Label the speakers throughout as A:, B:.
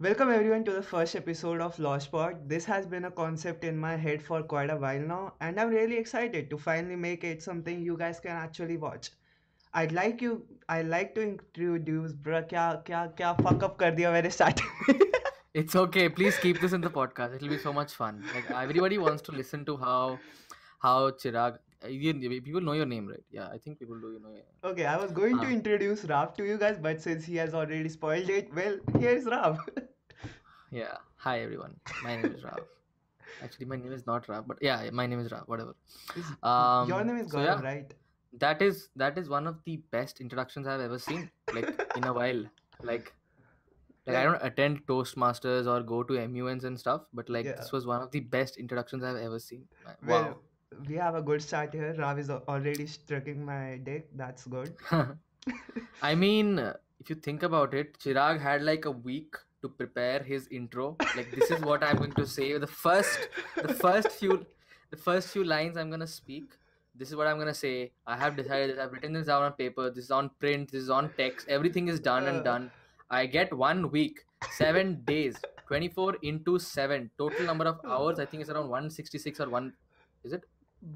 A: Welcome everyone to the first episode of Lost Pod. This has been a concept in my head for quite a while now, and I'm really excited to finally make it something you guys can actually watch. I'd like you, I'd like to introduce, bruh, क्या क्या क्या fuck up कर दिया मैंने starting में.
B: It's okay. Please keep this in the podcast. It'll be so much fun. Like everybody wants to listen to how how Chirag. You, you- people know your name, right? Yeah, I think people do. You know. Yeah.
A: Okay, I was going to
B: Uh,
A: introduce Raf to you guys, but since he has already spoiled it, well, here's Raf.
B: yeah. Hi everyone. My name is Rav. Actually, my name is not Rav, but yeah, yeah, my name is Rav. Whatever.
A: Is- Your
B: Um.
A: name is
B: So yeah,
A: Gaurav, right?
B: that is that is one of the best introductions I've ever seen. Like in a while. Like like I
A: Like,
B: don't attend Toastmasters or go to MUNs and stuff, but like
A: yeah.
B: this was one of the best introductions I've ever seen. Uh,
A: Well,
B: Wow.
A: we have a good start here. Rav is al- already stroking my dick. That's good.
B: I mean, uh, if you think about it, Chirag had like a week to prepare his intro. Like this is what I'm going to say. The first, the first few, the first few lines I'm gonna speak. This is what I'm gonna say. I have decided that I've written this down on paper. This is on print. This is on text. Everything is done and
A: Uh,
B: done. I get one week, seven days, 24 into seven. Total number of hours. I think it's around 166 or one. Is it?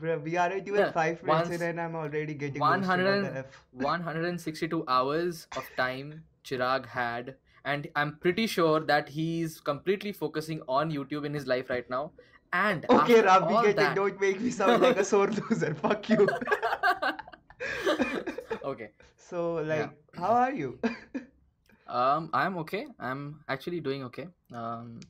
A: Bro, we are at even
B: Yeah,
A: five minutes in
B: once
A: and I'm already getting roasted on the
B: 100
A: F.
B: 162 hours of time Chirag had, and I'm pretty sure that he's completely focusing on YouTube in his life right now. And
A: Okay,
B: after
A: Rav, we
B: all
A: get it.
B: that,
A: Don't make me sound like a sore loser. Fuck you.
B: okay,
A: So,
B: yeah,
A: like, how are you?
B: um, I'm okay. I'm actually doing okay. Um,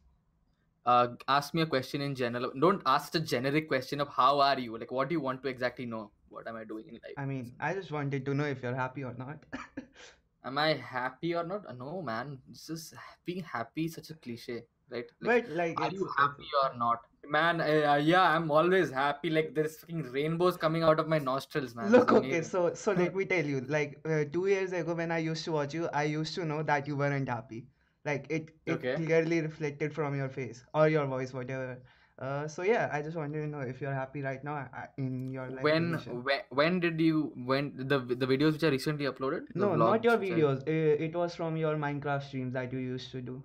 B: uh, ask me a question in general. Don't ask the generic question of how are you. Like, what do you want to exactly know? What am I doing in life?
A: I
B: That's
A: mean,
B: it.
A: I just wanted to know if you're happy or not.
B: am I happy or not? Uh, No, man. This is being happy is such a cliche, right? Like,
A: But, like,
B: are
A: it's
B: you
A: it's
B: happy or not, man? Uh, yeah, I'm always happy. Like there's fucking rainbows coming out of my nostrils, man. This
A: Look,
B: is
A: okay,
B: amazing.
A: so so let me tell you, like uh, two years ago when I used to watch you, I used to know that you weren't happy. Like it it
B: okay.
A: clearly reflected from your face or your voice, whatever. Uh, so yeah, I just wanted to know if you're happy right now uh, in your life
B: When
A: position.
B: when when did you when the the videos which I recently uploaded the
A: No, not your
B: vlogs which I
A: videos. Uh, it was from your Minecraft streams that you used to do.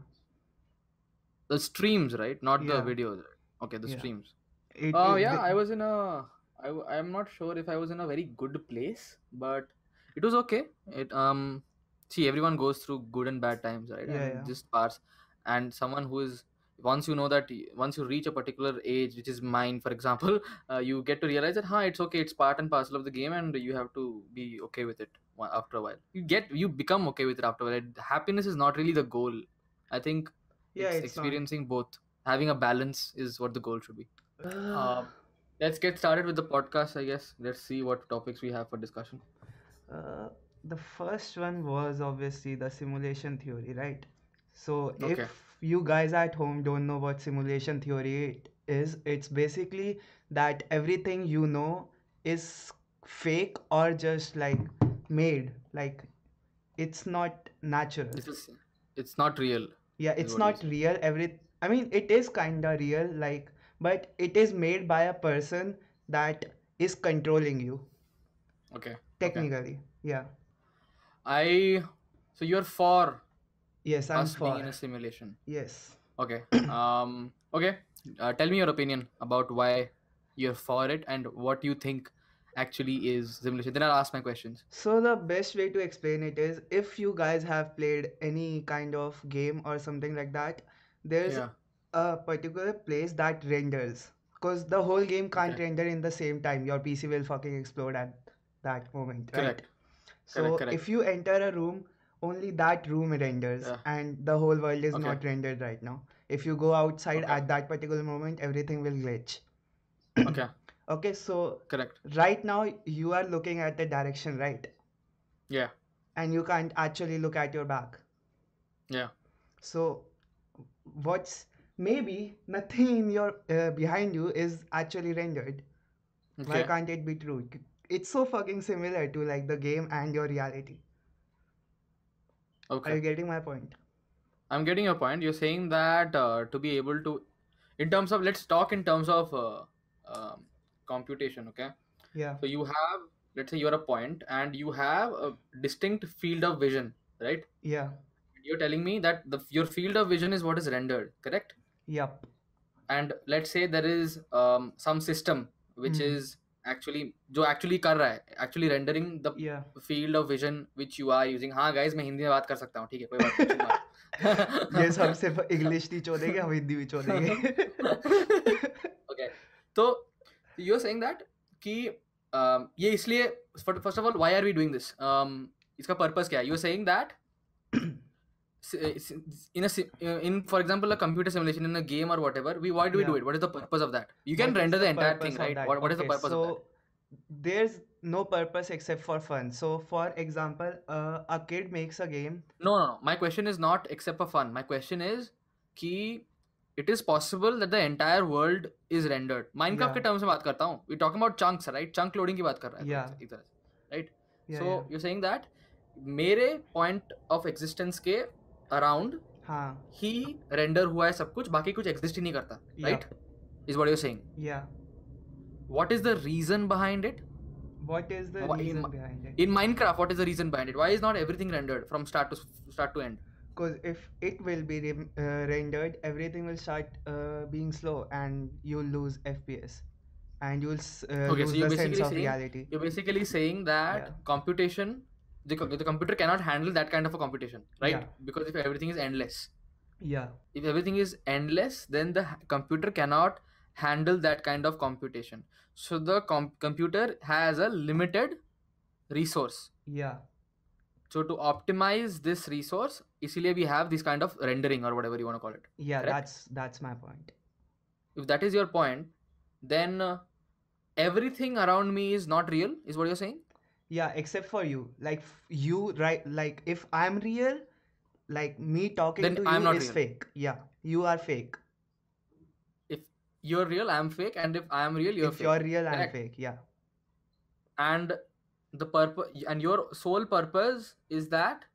B: the streams right not the
A: Yeah,
B: videos right? okay the
A: yeah.
B: streams.
A: It,
B: Oh
A: it
B: yeah,
A: the,
B: I was in a. I w- I'm not sure if I was in a very good place, but it was okay. It um, see everyone goes through good and bad times, right?
A: yeah,
B: And
A: yeah.
B: just parts. And someone who is once you know that y- once you reach a particular age, which is mine, for example, uh, you get to realize that huh, it's okay. It's part and parcel of the game, and you have to be okay with it wa- after a while. You get you become okay with it after a while. Happiness is not really the goal. I think
A: Yeah, it's
B: it's
A: not.
B: experiencing both. Having a balance is what the goal should be.
A: Uh,
B: Um, let's get started with the podcast, I guess. Let's see what topics we have for discussion.
A: Uh, the first one was obviously the simulation theory, right? So,
B: Okay.
A: if you guys at home don't know what simulation theory is, it's basically that everything you know is fake or just like made, like it's not natural.
B: This is it's not real,
A: Yeah,
B: is
A: it's
B: what you
A: not
B: say.
A: real. Every I mean, it is kinda real, like, but it is made by a person that is controlling you,
B: Okay. Okay.
A: technically. Yeah.
B: I so you're for
A: Yes, I'm
B: us being
A: for.
B: in a simulation.
A: Yes.
B: Okay. Um okay. Uh, tell me your opinion about why you're for it and what you think actually is simulation. Then I'll ask my questions.
A: So the best way to explain it is if you guys have played any kind of game or something like that, there's
B: Yeah.
A: a particular place that renders. Because the whole game can't
B: Okay.
A: render in the same time. Your PC will fucking explode at that moment, right?
B: Correct. Correct,
A: So
B: correct.
A: if you enter a room, only that room renders
B: Yeah.
A: and the whole world is
B: Okay.
A: not rendered right now. If you go outside
B: Okay.
A: at that particular moment, everything will glitch.
B: Okay.
A: Okay, so
B: Correct.
A: right now you are looking at the direction, right?
B: Yeah.
A: and you can't actually look at your back.
B: Yeah.
A: So, what's maybe nothing in your uh, behind you is actually rendered. Why
B: Okay.
A: can't it be true? It's so fucking similar to like the game and your reality. Are
B: Okay.
A: you getting my point?
B: I'm getting your point. You're saying that uh, to be able to, in terms of, let's talk in terms of uh, um, computation, okay?
A: Yeah.
B: So you have, let's say you're a point and you have a distinct field of vision, right?
A: Yeah.
B: you're telling me that the your field of vision is what is rendered, correct?
A: Yep.
B: And let's say there is um, some system which
A: Hmm.
B: is actually जो actually कर रहा है actually rendering the
A: Yeah.
B: field of vision which you are using. हाँ guys मैं हिंदी में बात कर सकता हूँ ठीक है कोई बात नहीं चुप मारो।
A: ये सब सिर्फ इंग्लिश नहीं छोड़ेंगे हम हिंदी भी छोड़ेंगे
B: okay so तो you're saying that कि um, ये इसलिए first of all why are we doing this Um, इसका पर्पस क्या है you are saying that in a eh, si- uh, in for example a computer simulation in a game or whatever we why do we
A: Yeah.
B: do it what is the purpose of that you can
A: What is
B: render
A: the
B: the entire
A: purpose
B: thing
A: of
B: right
A: that?
B: what, what is the
A: Okay,
B: purpose
A: so
B: of that
A: there's no purpose except for fun. So, for example, uh, a kid makes a game.
B: no no no my question is not except for fun my question is कि it is possible that the entire world is rendered minecraft
A: Yeah.
B: के terms में बात करता हूँ we talking about chunks right chunk loading की बात कर रहा है
A: Yeah.
B: एक तरह से right
A: Yeah,
B: so
A: yeah.
B: you're saying that मेरे point of existence के around
A: हाँ,
B: ही render हुआ है सब कुछ बाकी कुछ exist ही नहीं करता right is what you're saying
A: yeah.
B: what is the reason behind it
A: What is the
B: Wha- in
A: reason
B: mi-
A: behind it?
B: in minecraft what is the reason behind it why is not everything rendered from start to s- start to end
A: Because if it will be rem- uh, rendered, everything will start uh, being slow, and you'll lose FPS, and you'll s- uh,
B: okay
A: lose
B: so you're
A: the sense
B: basically
A: of
B: saying
A: reality.
B: you're basically saying that
A: Yeah.
B: computation the, co- the computer cannot handle that kind of a computation right
A: Yeah.
B: because if everything is endless
A: Yeah,
B: if everything is endless then the h- computer cannot handle that kind of computation so the com- computer has a limited resource
A: yeah,
B: so to optimize this resource इसीलिए we have this kind of rendering or whatever you want to call it
A: yeah.
B: Correct?
A: That's that's my point.
B: if that is your point then uh, everything around me is not real is what you're saying
A: Yeah, except for you. Like f- you, right? Like if I'm real, like me talking
B: Then
A: to
B: I'm
A: you
B: not
A: is
B: real.
A: fake. Yeah, you are fake.
B: if you're real i'm fake and if i'm real you're
A: if
B: fake
A: you're real, I'm
B: Correct.
A: fake. Yeah,
B: and the purpose and your sole purpose is that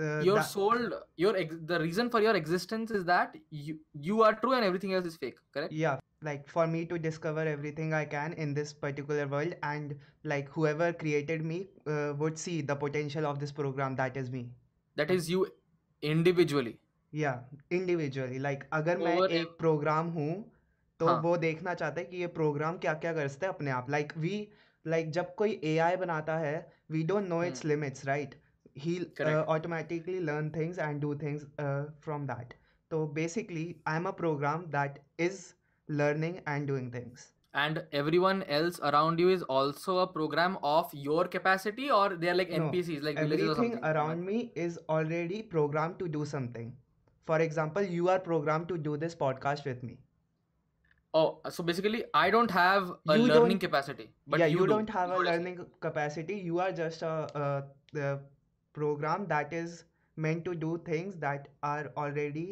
A: uh,
B: your
A: that-
B: soul your ex- the reason for your existence is that you you are true and everything else is fake correct
A: yeah. Like for me to discover everything I can in this particular world, and like whoever created me uh, would see the potential of this program that is me.
B: that is you individually
A: या individually like अगर मैं
B: Over
A: एक programme हूँ तो
B: हाँ।
A: वो देखना चाहता है कि ये प्रोग्राम क्या क्या करते हैं अपने आप लाइक वी लाइक जब कोई एआई बनाता है we don't know it's limits right he
B: हम्म। Correct.
A: Automatically learn things and do things from that uh, तो basically I am a program that is learning and doing things
B: and everyone else around you is also a program of your capacity or they are like
A: No,
B: npcs like villages or
A: everything
B: something
A: around me is already programmed to do something for example you are program to do this podcast with me
B: Oh, so basically, I don't have a
A: You
B: learning
A: don't-
B: capacity, but
A: yeah,
B: you,
A: you,
B: do,
A: don't have
B: is
A: a
B: what you're saying.
A: learning capacity. You are just a, uh the program that is meant to do things that are already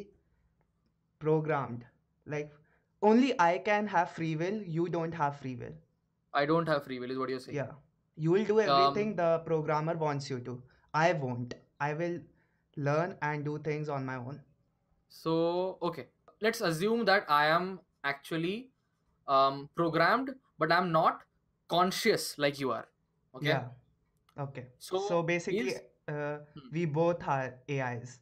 A: programmed. Like only I can have free will. You don't have free will.
B: I don't have free will, is what you're saying.
A: Yeah, you will do everything
B: Um,
A: the programmer wants you to. I won't. I will learn and do things on my own.
B: So okay, let's assume that I am actually um, programmed, but I'm not conscious like you are. Okay.
A: Yeah. Okay.
B: So,
A: So basically,
B: is-
A: uh,
B: Hmm.
A: we both are AIs.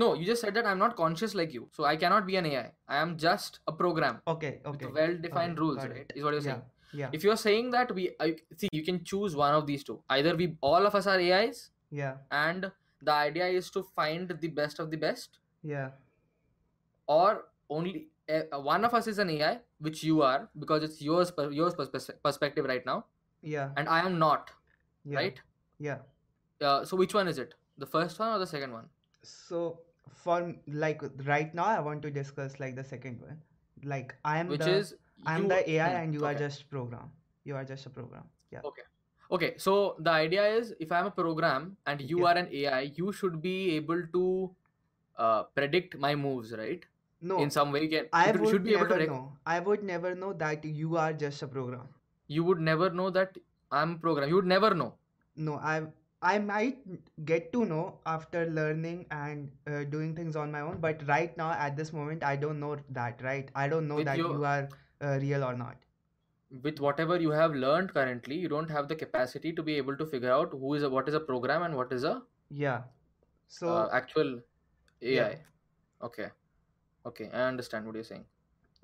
B: no, you just said that I'm not conscious like you, so I cannot be an AI. I am just a program
A: Okay. Okay.
B: with well-defined
A: okay,
B: rules,
A: got it.
B: right? Is what you're
A: Yeah.
B: saying.
A: Yeah.
B: If you're saying that we I, see, you can choose one of these two. Either we all of us are AIs,
A: Yeah.
B: and the idea is to find the best of the best.
A: Yeah.
B: or only uh, one of us is an AI, which you are because it's yours per- yours pers- perspective right now,
A: Yeah.
B: and I am not,
A: Yeah.
B: right?
A: Yeah.
B: Uh, so which one is it? The first one or the second one?
A: So for m- like right now, I want to discuss like the second one. Like I am
B: which
A: the
B: is
A: I'm
B: you-
A: the AI
B: hmm,
A: and you
B: okay.
A: are just program. You are just a program. Yeah.
B: okay. So the idea is, if I'm a program and you
A: Yeah.
B: are an AI, you should be able to uh, predict my moves, right?
A: No,
B: In some way, you can.
A: I
B: you could-
A: would
B: should be able
A: never
B: to. Rec-
A: know. I would never know that you are just a program.
B: you would never know that I'm a program. You would never know.
A: No, I I might get to know after learning and uh, doing things on my own. But right now, at this moment, I don't know that. Right? I don't know
B: With
A: that
B: your-
A: you are uh, real or not.
B: with whatever you have learned currently you don't have the capacity to be able to figure out who is a what is a program and what is a
A: Yeah. So
B: uh, actual AI.
A: yeah.
B: Okay, okay, I understand what you're saying.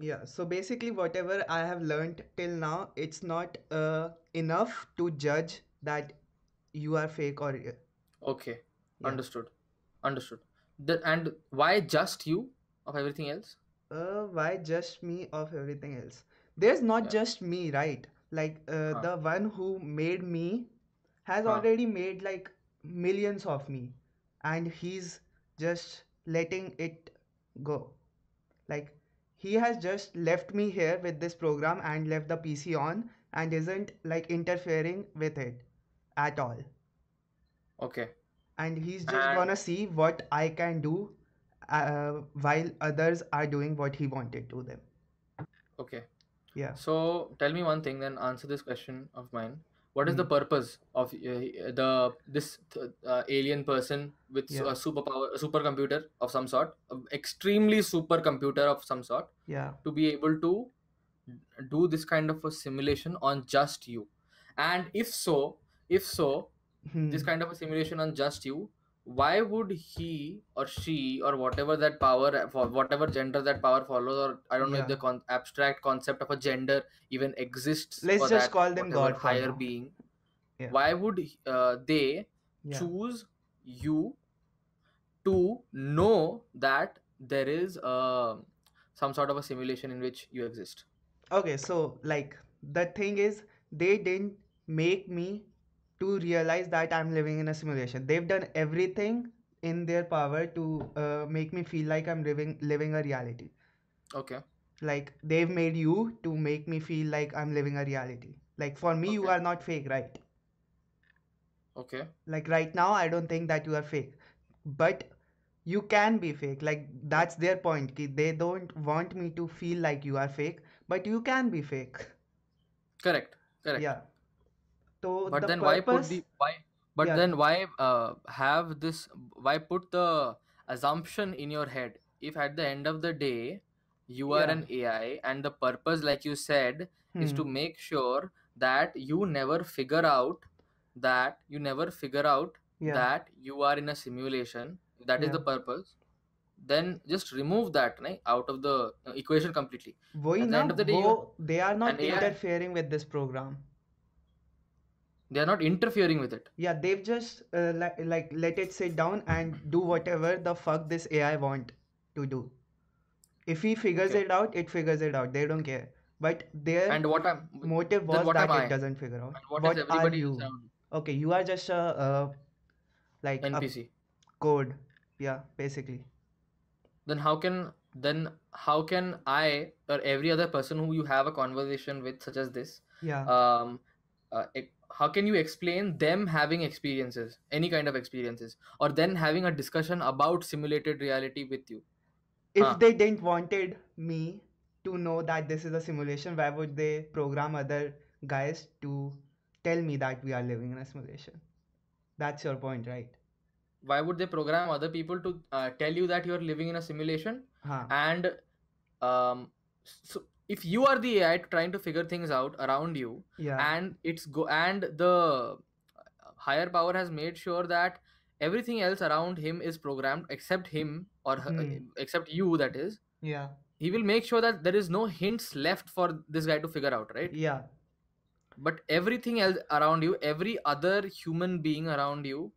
A: Yeah, so basically, whatever I have learned till now, it's not uh, enough to judge that you are fake or real.
B: Okay,
A: Yeah.
B: understood, understood. The, and why just you of everything else?
A: Uh, why just me of everything else? There's not
B: Yeah.
A: just me, right? Like, uh,
B: Huh.
A: the one who made me has
B: Huh.
A: already made like millions of me, and he's just letting it go. Like, he has just left me here with this program and left the PC on and isn't like interfering with it at all.
B: Okay,
A: And he's just
B: and
A: gonna see what I can do uh, while others are doing what he wanted to them.
B: okay.
A: Yeah.
B: So tell me one thing, then answer this question of mine. What is the
A: Hmm.
B: purpose of uh, the this uh, alien person with su-
A: Yeah.
B: a superpower, a supercomputer of some sort, a extremely supercomputer of some sort,
A: Yeah.
B: to be able to do this kind of a simulation on just you? And if so, if so, this
A: Hmm.
B: kind of a simulation on just you, why would he or she or whatever that power for whatever gender that power follows, or I don't know if
A: Yeah.
B: the con- abstract concept of a gender even exists
A: Let's
B: for
A: just
B: that
A: call them
B: whatever
A: God for
B: higher
A: now.
B: being,
A: Yeah.
B: why would uh, they
A: Yeah.
B: choose you to know that there is uh, some sort of a simulation in which you exist?
A: Okay, so like the thing is, they didn't make me to realize that I'm living in a simulation. They've done everything in their power to uh, make me feel like I'm living living a reality.
B: Okay,
A: Like they've made you to make me feel like I'm living a reality. Like for me, you
B: okay,
A: are not fake, right?
B: okay,
A: Like right now, I don't think that you are fake, but you can be fake. Like that's their point. Ki they don't want me to feel like you are fake, but you can be fake.
B: correct, correct.
A: Yeah. So
B: but
A: the
B: then why put
A: purpose,
B: the why but
A: yeah,
B: then why uh, have this why put the assumption in your head if at the end of the day you are
A: yeah,
B: an ai and the purpose like you said is to
A: hmm,
B: make sure that you never figure out that you never figure out
A: yeah,
B: that you are in a simulation that is
A: yeah.
B: the purpose then just remove that right, out of the uh, equation completely
A: वही
B: at the
A: ना
B: end of the day
A: वो
B: you
A: they are
B: an
A: not
B: ai
A: interfering with this program.
B: they are not interfering with it
A: Yeah, they've just uh, like like let it sit down and do whatever the fuck this AI want to do. If he figures
B: okay
A: it out, it figures it out. They don't care. But their
B: and what am
A: motive
B: then
A: was
B: what am
A: that it
B: i
A: doesn't figure out.
B: and what is
A: What are
B: everybody else
A: you?
B: around
A: Okay, you are just a uh, like a
B: npc
A: code. Yeah, basically.
B: then how can then how can i or every other person who you have a conversation with such as this
A: Yeah.
B: um uh, e- how can you explain them having experiences any kind of experiences or then having a discussion about simulated reality with you huh
A: if they didn't wanted me to know that this is a simulation, why would they program other guys to tell me that we are living in a simulation? That's your point, right?
B: why would they program other people to uh, tell you that you're living in a simulation
A: Huh.
B: and um so if you are the ai trying to figure things out around you
A: Yeah.
B: and it's go and the higher power has made sure that everything else around him is programmed except him or her,
A: Hmm.
B: except you that is
A: Yeah.
B: he will make sure that there is no hints left for this guy to figure out right
A: Yeah.
B: but everything else around you every other human being around you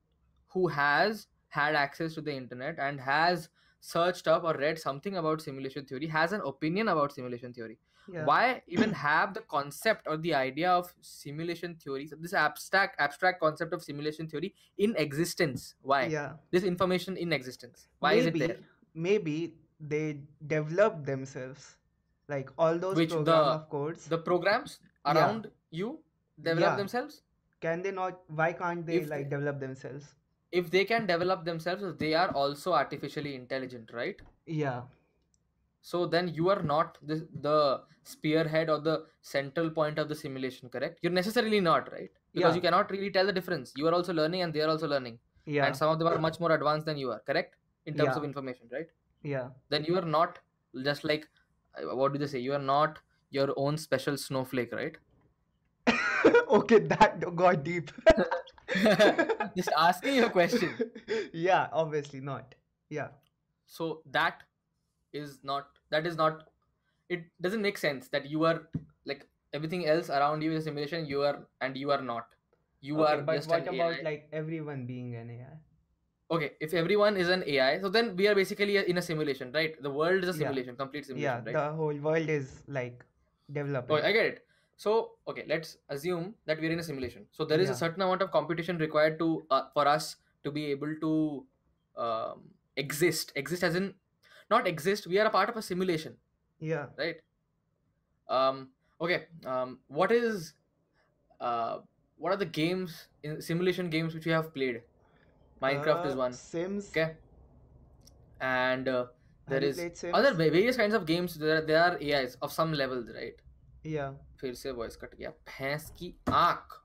B: who has had access to the internet and has searched up or read something about simulation theory has an opinion about simulation theory
A: Yeah.
B: why even have the concept or the idea of simulation theories this abstract abstract concept of simulation theory in existence why
A: Yeah.
B: this information in existence why is it there
A: Maybe, maybe they developed themselves. Like all those
B: which
A: program
B: the
A: of codes.
B: the programs
A: Yeah.
B: around you develop
A: Yeah.
B: themselves
A: Can they not? Why can't they
B: if
A: like
B: they,
A: develop themselves?
B: if they can develop themselves they are also artificially intelligent right
A: Yeah.
B: so then you are not the, the spearhead or the central point of the simulation correct you're necessarily not right because
A: Yeah.
B: you cannot really tell the difference you are also learning and they are also learning and
A: Yeah.
B: some of them are much more advanced than you are correct in terms
A: Yeah.
B: of information right
A: Yeah.
B: then you are not just like uh, what do they say you are not your own special snowflake right
A: okay, that got deep.
B: Just asking you a question.
A: yeah, obviously not. Yeah.
B: So that is not that is not it doesn't make sense that you are like everything else around you is a simulation, you are and you are not. You
A: okay,
B: are
A: but
B: just
A: what
B: an
A: about
B: AI.
A: like everyone being an AI?
B: okay, if everyone is an AI, so then we are basically in a simulation, right? The world is
A: Yeah.
B: a simulation, complete simulation,
A: yeah,
B: right?
A: the whole world is like developing.
B: Okay, Oh, I get it. So, okay, let's assume that we're in a simulation. So there is a
A: Yeah.
B: certain amount of computation required to uh, for us to be able to um, exist. Exist as in not exist. We are a part of a simulation,
A: yeah.
B: right? Um, okay. Um, what is uh, what are the games in simulation games which you have played? Minecraft is
A: Uh,
B: one.
A: Sims.
B: Okay. And uh, there
A: Have you
B: is
A: played Sims?
B: other va- various kinds of games. There there are AIs of some levels, right?
A: Yeah.
B: फिर से voice cut गया भैंस की आंख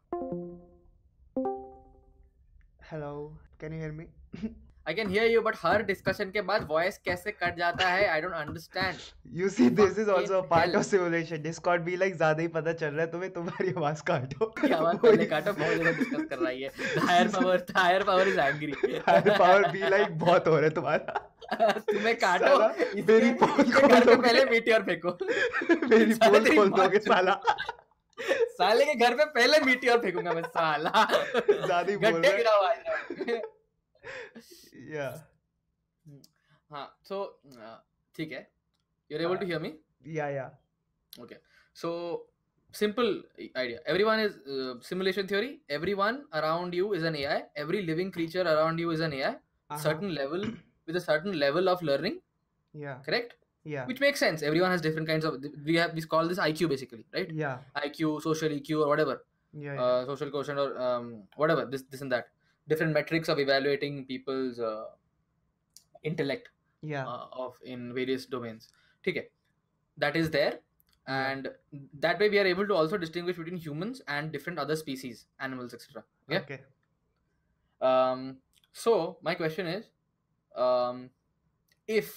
A: Hello. Can you hear me?
B: I can hear you but हर discussion के बाद voice कैसे कट जाता है I don't understand
A: You see, this is also a
B: Fucking
A: part
B: hell.
A: of simulation. Discord भी like ज्यादा ही पता चल रहा है तुम्हें तुम्हारी आवाज काटो
B: की आवाज पहले काटो तो बहुत ज्यादा डिस्कस कर रही है higher power higher power is angry
A: power भी लाइक बहुत हो रहा है तुम्हारा
B: तुम्हें काटो
A: साला,
B: इसके-
A: मेरी पोल
B: इसके
A: खोल
B: घर पे
A: दोगे।
B: पहले मीटियोर फेंको
A: मेरी
B: साला
A: पोल
B: तेरी
A: खोल
B: माँ
A: दोगे
B: की-
A: साला
B: साले के घर पे पहले मीटियोर फेंकूंगा मैं साला
A: ज्यादा ही बोल
B: गड्ढे
A: रहा
B: गिरा हुआ है इधर।
A: है yeah
B: हाँ तो ठीक है यू आर एबल
A: हाँ।
B: To hear me
A: yeah yeah
B: So simple i- idea. Everyone is uh, simulation theory. Everyone around you is an AI. Every living creature around you is an AI.
A: uh-huh.
B: Certain level with a certain level of learning,
A: yeah
B: correct?
A: yeah
B: Which makes sense. Everyone has different kinds of. We have we call this IQ basically, right?
A: yeah
B: IQ, social EQ, or whatever,
A: yeah yeah
B: uh, social quotient, or um, whatever. This this and that. Different metrics of evaluating people's uh, intellect
A: yeah
B: uh, of in various domains ठीक है that is there and that way we are able to also distinguish between humans and different other species animals etc yeah.
A: okay
B: um, so my question is um, if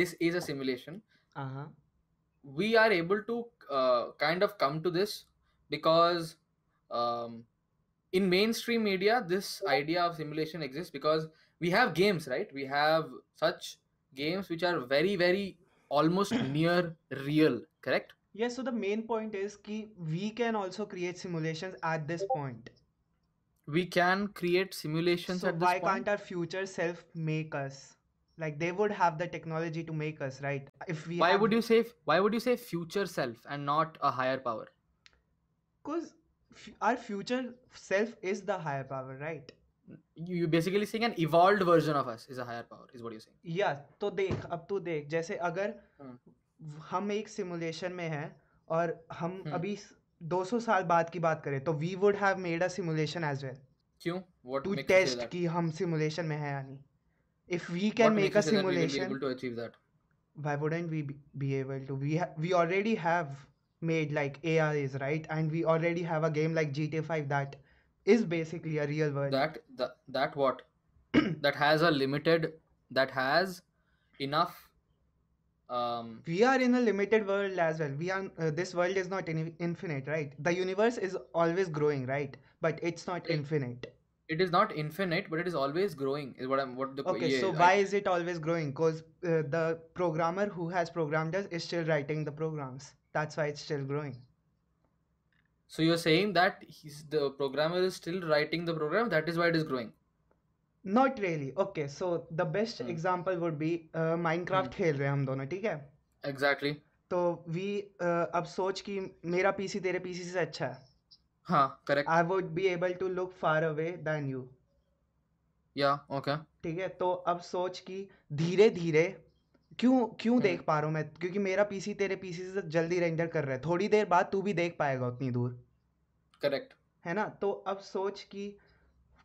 B: this is a simulation
A: uh-huh
B: we are able to uh, kind of come to this because um, in mainstream media this idea of simulation exists because we have games right we have such games which are very very almost near real correct
A: yeah so the main point is ki we can also create simulations at this point
B: we can create simulations
A: so
B: at this
A: why
B: point
A: can't our future self make us like they would have the technology to make us right if we
B: why
A: have
B: would you say why would you say future self and not a higher power
A: because our future self is the higher power right
B: you, you're basically saying an evolved version of us is a higher power is what you're saying
A: या तो देख अब तू देख जैसे अगर
B: हम्म।
A: व- हम एक सिमुलेशन में हैं और हम
B: हम्म।
A: अभी स- 200 साल बाद की बात करें तो we would have made a simulation as well
B: Q, what
A: to
B: makes you say
A: test
B: that?
A: कि हम सिमुलेशन में हैं या नहीं if we can
B: what
A: make
B: makes
A: a
B: you say that we will be able
A: simulation
B: to achieve that
A: why wouldn't we be able to we we already have made like AIs right and we already have a game like GTA 5 that is basically a real world
B: that that, that what that has a limited that has enough um
A: we are in a limited world as well we are uh, this world is not in, infinite right the universe is always growing right but it's not
B: Right.
A: infinite
B: it is not infinite but it is always growing is what i'm what the
A: okay
B: yeah,
A: so
B: I-
A: why is it always growing because uh, the programmer who has programmed us is still writing the programs that's why it's still growing
B: so you're saying that he's the programmer is still writing the program that is why it is growing
A: not really okay so the best
B: Hmm.
A: example would be uh, minecraft खेल रहे हैं हम दोनों ठीक है
B: exactly
A: तो we अब सोच कि मेरा पीसी तेरे पीसी से अच्छा है
B: huh correct
A: I would be able to look far away then you
B: yeah okay
A: ठीक है तो अब सोच कि धीरे धीरे क्यों क्यों
B: हम्म।
A: देख पा रहा हूँ मैं क्योंकि मेरा पीसी तेरे पीसी से जल्दी रेंडर कर रहा है थोड़ी देर बाद तू भी देख पाएगा उतनी दूर
B: correct
A: है ना तो अब सोच कि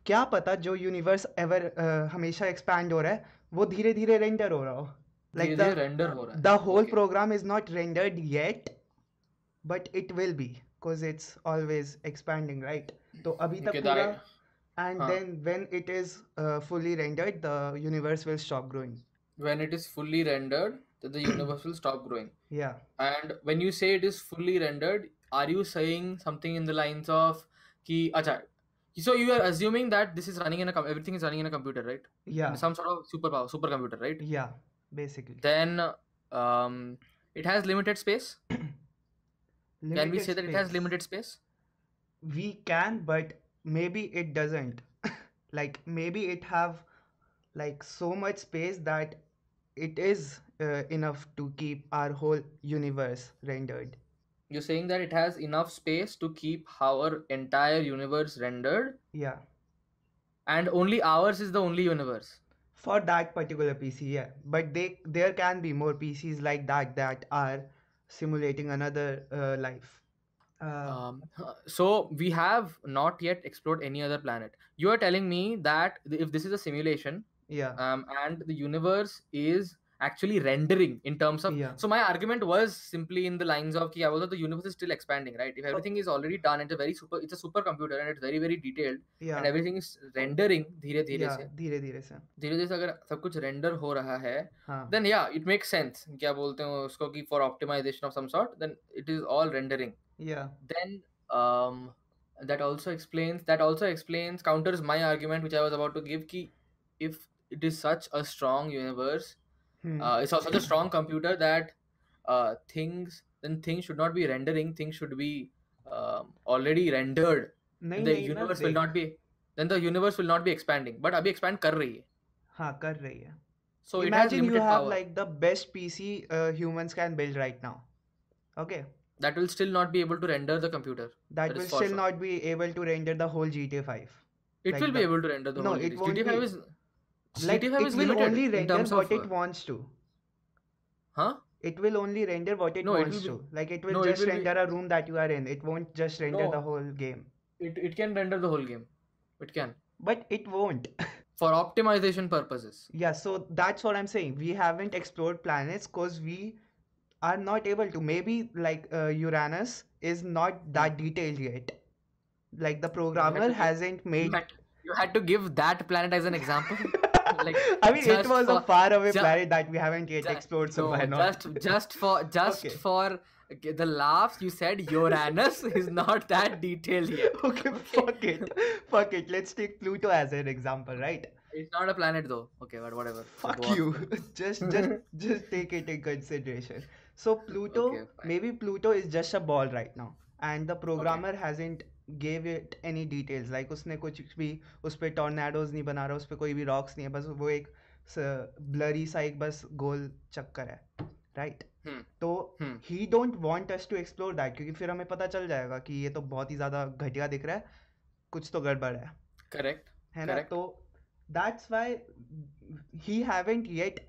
A: क्या पता जो यूनिवर्स एवर हमेशा एक्सपैंड हो रहा है वो धीरे धीरे रेंडर हो रहा हो लाइक द
B: धीरे-धीरे render हो रहा है
A: the whole
B: Okay.
A: Program is not rendered yet but it will be because it's always expanding right तो अभी तक
B: Okay, that-
A: पूरा एंड
B: हाँ।
A: Then when it is fully rendered the universe will stop growing
B: when it is fully rendered then the universe will stop growing
A: Yeah.
B: And when you say it is fully rendered, are you saying something in the lines of कि अच्छा So you are assuming that this is running in a com- everything is running in a computer, right?
A: Yeah.
B: In some sort of superpower supercomputer, right?
A: Yeah. Basically.
B: Then um, it has limited space.
A: Mm,
B: Can we say that it has
A: space.
B: limited space?
A: we can but maybe it doesn't like maybe it have like so much space that it is uh, enough to keep our whole universe rendered
B: You're saying that it has enough space to keep our entire universe rendered,
A: yeah
B: and only ours is the only universe.
A: for that particular pc yeah but they there can be more pcs like that that are simulating another uh, life uh,
B: Um, so we have not yet explored any other planet. You are telling me that th- if this is a simulation,
A: yeah
B: um, and the universe is actually rendering in terms of.
A: Yeah.
B: So my argument was simply in the lines of ki, although the universe is still expanding, right?
A: Oh.
B: If everything is already done, it's a very super. It's a supercomputer and it's very very detailed,
A: yeah
B: and everything is rendering. धीरे धीरे
A: yeah
B: से
A: धीरे धीरे से
B: धीरे धीरे से अगर सब कुछ render हो रहा है,
A: हाँ
B: then yeah, it makes sense. क्या बोलते हैं उसको कि for optimization of some sort, then it is all rendering
A: yeah
B: then um that also explains that also explains counters my argument which i was about to give ki if it is such a strong universe
A: hmm.
B: uh, it's also such a strong computer that uh, things then things should not be rendering things should be um, already rendered
A: नहीं
B: then the
A: नहीं ना
B: universe
A: देख-
B: will not be then the universe will not be expanding but abhi expand kar rahi hai
A: हाँ कर रही है
B: so it has
A: Imagine you
B: limited
A: have
B: power
A: like the best PC uh, humans can build right now. Okay,
B: that will still not be able to render the computer
A: that
B: That
A: will
B: is for
A: still
B: sure.
A: not be able to render the whole GTA 5.
B: it
A: Like
B: will be
A: the-
B: able to render the
A: No,
B: whole
A: it
B: series.
A: won't
B: GTA 5
A: be.
B: is
A: Like
B: GTA 5
A: it
B: is
A: will
B: limited
A: only
B: in
A: render
B: terms
A: what
B: of uh,
A: it wants to.
B: huh
A: It will only render what it
B: No, it
A: wants
B: will be-
A: to. Like it will
B: no, it
A: just
B: will be-
A: render a room that you are in. It won't just render the
B: No.
A: whole game.
B: it, it can render the whole game it can
A: But it won't.
B: for optimization purposes
A: Yeah, so that's what I'm saying. We haven't explored planets because we are not able to. Maybe like uh, Uranus is not that
B: Hmm.
A: detailed yet. Like the programmer
B: to-
A: hasn't
B: you
A: made.
B: had, you had to give that planet as an example like
A: I mean, it
B: just
A: was a
B: for-
A: far away
B: ju-
A: planet that we haven't yet
B: ju-
A: explored so
B: no,
A: far. now.
B: just just for just
A: Okay.
B: for g- the laughs you said uranus is not that detailed yet
A: Okay, fuck it. Fuck it. Let's take Pluto as an example, right?
B: it's not a planet though okay but whatever So
A: Fuck
B: go on.
A: you. Just just just take it in consideration. So Pluto,
B: Okay, fine.
A: maybe Pluto is just a ball right now, and the programmer hasn't gave it any details. Like उसने कुछ भी उस पे tornadoes नहीं बना रहा, उस पे कोई भी rocks नहीं है, बस वो एक blurry सा एक बस गोल चक्कर है, right?
B: Hmm.
A: तो
B: Hmm.
A: He don't want us to explore that क्योंकि फिर हमें पता चल जाएगा कि ये तो बहुत ही ज़्यादा घटिया दिख रहा है कुछ तो गड़बड़ है
B: correct
A: है ना
B: Correct.
A: तो that's why he haven't yet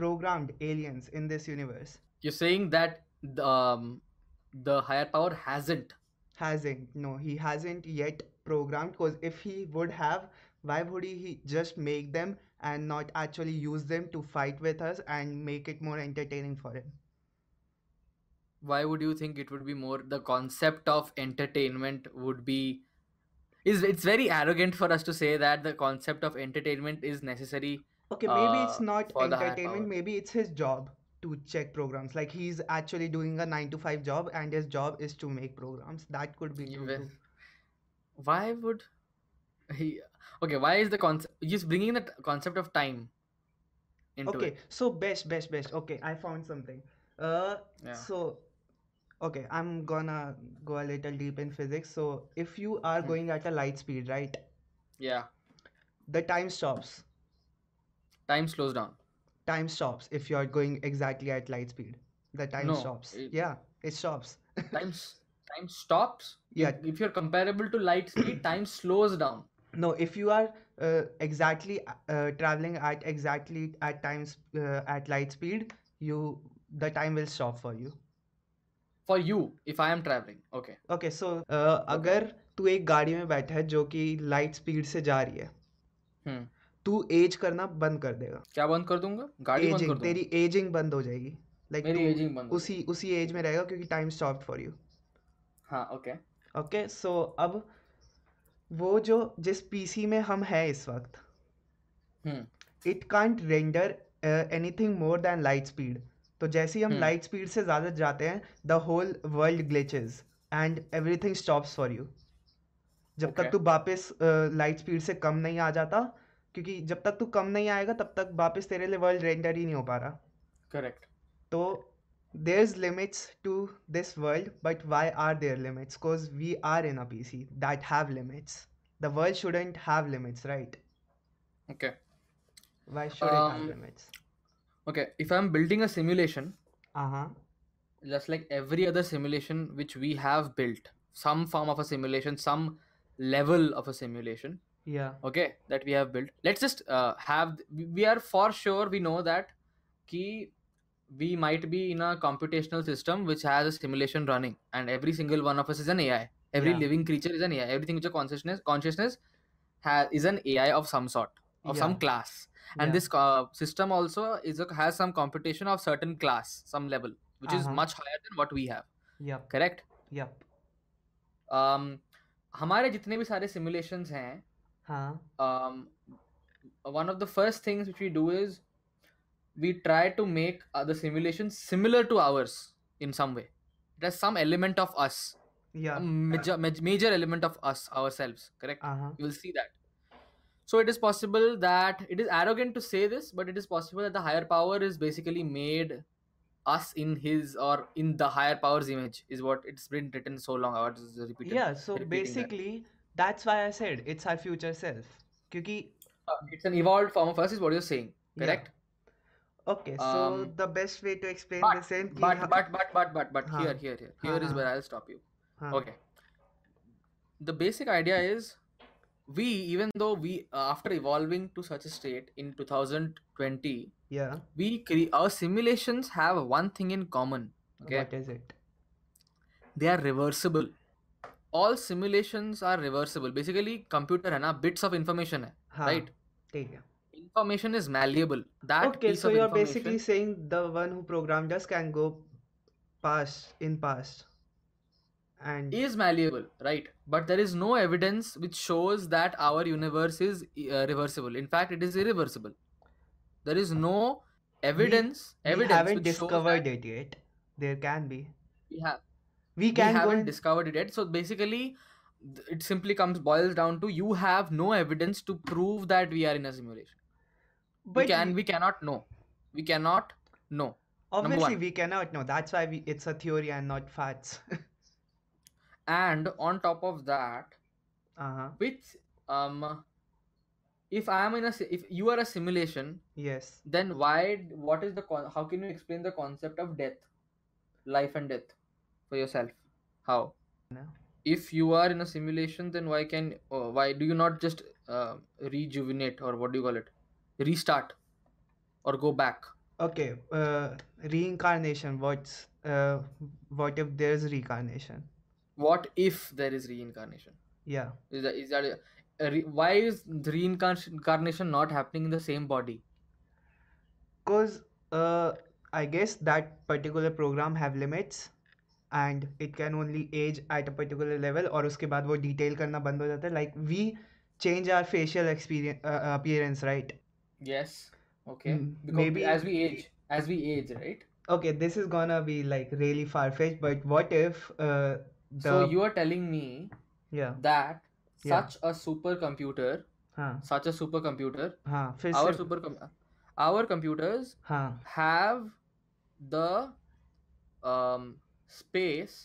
A: programmed aliens in this universe
B: you're saying that the, um, the higher power hasn't
A: hasn't no he hasn't yet programmed because if he would have why would he he just make them and not actually use them to fight with us and make it more entertaining for him
B: why would you think it would be more the concept of entertainment would be is it's very arrogant for us to say that the concept of entertainment is necessary
A: okay maybe it's
B: Uh,
A: not
B: for the higher
A: entertainment
B: power.
A: maybe it's his job to check programs like he's actually doing a 9 to 5 job and his job is to make programs that could be true
B: Well,
A: too.
B: why would he okay why is the concept just bringing the t- concept of time into
A: okay
B: it
A: so best best best okay i found something uh
B: yeah
A: so okay i'm gonna go a little deep in physics so if you are
B: Hmm.
A: going at a light speed right
B: yeah
A: the time stops
B: time slows down
A: time stops if you're going exactly at light speed the time
B: No,
A: stops
B: it-
A: yeah it stops
B: time s- time stops
A: Yeah.
B: if, if you're comparable to light speed time slows down
A: no if you are uh, exactly uh, traveling at exactly at times uh, at light speed you the time will stop for you
B: for you if i am traveling okay
A: okay so uh, अगर तू एक गाड़ी में बैठा है जो कि light speed से जा रही है
B: hmm.
A: तू एज करना बंद कर देगा
B: क्या बंद कर दूंगा गाड़ी बंद कर
A: एजिंग
B: दूंगा
A: तेरी एजिंग बंद हो जाएगी लाइक
B: मेरी
A: तू
B: एजिंग बंद हो
A: उसी उसी एज में रहेगा क्योंकि टाइम स्टॉप फॉर यू
B: जाएगी। हाँ ओके
A: ओके सो अब वो जो जिस पीसी में हम हैं इस वक्त
B: हम्म
A: it can't render anything more than light speed तो जैसे ही हम
B: Hmm.
A: लाइट स्पीड से ज़्यादा जाते हैं the whole world glitches and everything stops for you जब तक
B: Okay.
A: तू वापस लाइट स्पीड से कम नहीं आ जाता क्योंकि जब तक तू कम नहीं आएगा तब तक वापस तेरे लिए वर्ल्ड रेंडर ही नहीं हो पा रहा
B: correct
A: तो there is limits to this world but why are there limits because we are in a P C that have limits the world shouldn't have limits right
B: okay
A: why should it have
B: Um,
A: limits
B: okay if i'm building a simulation
A: हाँ
B: just like every other simulation which we have built some form of a simulation some level of a simulation
A: या
B: okay that we have built let's just uh, have we- we are for sure we know that key we might be in a computational system which has a simulation running and every single one of us is an ai every
A: Yeah.
B: living creature is an ai everything which a consciousness consciousness has is an ai of some sort of some
A: Yeah.
B: class and
A: Yeah.
B: this uh, system also is a, has some computation of certain class some level which is
A: Uh-huh.
B: much higher than what we have
A: yup
B: correct
A: yup
B: um हमारे जितने भी सारे simulations हैं
A: हाँ
B: um, one of the first things which we do is we try to make uh, the simulation similar to ours in some way. It has some element of us,
A: या
B: a major, maj- major element of us ourselves. Correct?
A: हाँ
B: You will see that. So it is possible that it is arrogant to say this, but it is possible that the higher power is basically made us in his or in the higher power's image is what it's been written so long. I was just repeated.
A: Yeah, so
B: repeating that.
A: basically, that's why I said it's our future self. क्योंकि
B: Uh, it's an evolved form of us, is what you're saying.
A: Yeah.
B: Correct?
A: okay, so
B: Um,
A: the best way to explain
B: but-
A: this is
B: but but but but but but
A: हाँ,
B: here here here here is
A: हाँ,
B: where I'll stop you.
A: Uh-huh.
B: Okay. The basic idea is we even though we uh, after evolving to such a state in 2020
A: yeah,
B: we cre- our simulations have one thing in common okay
A: what is it?
B: they are reversible all simulations are reversible basically computer hai na bits of information hai
A: हाँ,
B: right
A: ठीक है.
B: information is malleable that
A: Okay,
B: piece
A: so
B: of
A: you're
B: information
A: basically saying the one who programmed us can go past in past, and
B: is malleable, right? But there is no evidence which shows that our universe is uh, reversible. In fact, it is irreversible. There is no evidence.
A: we
B: evidence
A: haven't
B: which shows
A: discovered it
B: that
A: yet. There can be.
B: We, ha-
A: We
B: we
A: can go
B: haven't
A: and
B: discovered it yet. So basically, th- it simply comes boils down to you have no evidence to prove that we are in a simulation.
A: but
B: we can. We cannot know. We cannot know.
A: obviously
B: one.
A: we cannot know. That's why we, it's a theory and not facts.
B: And on top of that,
A: uh-huh.
B: with um, if I am in a si- if you are a simulation,
A: Yes.
B: then why d- what is the con- how can you explain the concept of death life and death for yourself how
A: No.
B: if you are in a simulation then why can uh, why do you not just uh, rejuvenate or what do you call it restart or go back
A: Okay, uh, reincarnation. What's uh, what if there's reincarnation?
B: what if there is reincarnation
A: Yeah,
B: is that, is that a, a re- why is the reincarnation not happening in the same body
A: cause uh, I guess that particular program have limits, and it can only age at a particular level. और उसके बाद वो detail करना बंद हो जाता है. Like we change our facial experience uh, appearance, right?
B: yes okay
A: Mm,
B: because
A: maybe-
B: as we age as we age right
A: Okay, this is gonna be like really far fetched, but what if uh, the
B: so you are telling me
A: yeah
B: that
A: Yeah.
B: such a supercomputer,
A: हाँ
B: such a supercomputer,
A: हाँ फिर
B: our
A: से
B: super our computers
A: हाँ
B: have the um, space